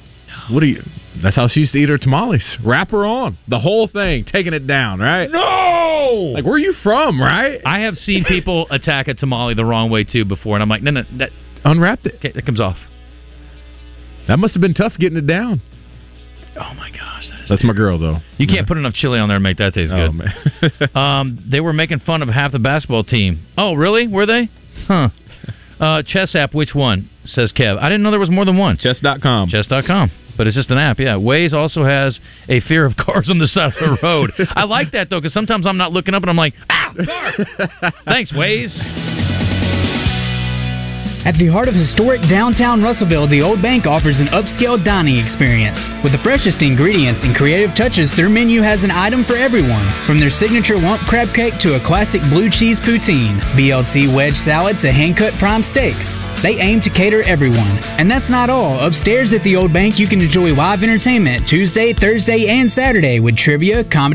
Speaker 9: what are you? That's how she used to eat her tamales. Wrap her on. The whole thing, taking it down, right?
Speaker 8: No!
Speaker 9: Like, where are you from, right?
Speaker 8: I have seen people attack a tamale the wrong way too before, and I'm like, no, no, that
Speaker 9: Unwrapped it.
Speaker 8: that comes off.
Speaker 9: That must have been tough getting it down.
Speaker 8: Oh my gosh, that
Speaker 9: That's my girl, though.
Speaker 8: You can't put enough chili on there to make that taste good. um, they were making fun of half the basketball team. Oh, really? Were they? Huh. Uh, chess app, which one? Says Kev. I didn't know there was more than one.
Speaker 9: Chess.com.
Speaker 8: Chess.com. But it's just an app, yeah. Waze also has a fear of cars on the side of the road. I like that, though, because sometimes I'm not looking up and I'm like, ah, car. Thanks, Waze.
Speaker 13: At the heart of historic downtown Russellville, the Old Bank offers an upscale dining experience. With the freshest ingredients and creative touches, their menu has an item for everyone. From their signature lump crab cake to a classic blue cheese poutine, BLT wedge salad to hand-cut prime steaks. They aim to cater everyone. And that's not all. Upstairs at the Old Bank, you can enjoy live entertainment Tuesday, Thursday, and Saturday with trivia, comedy,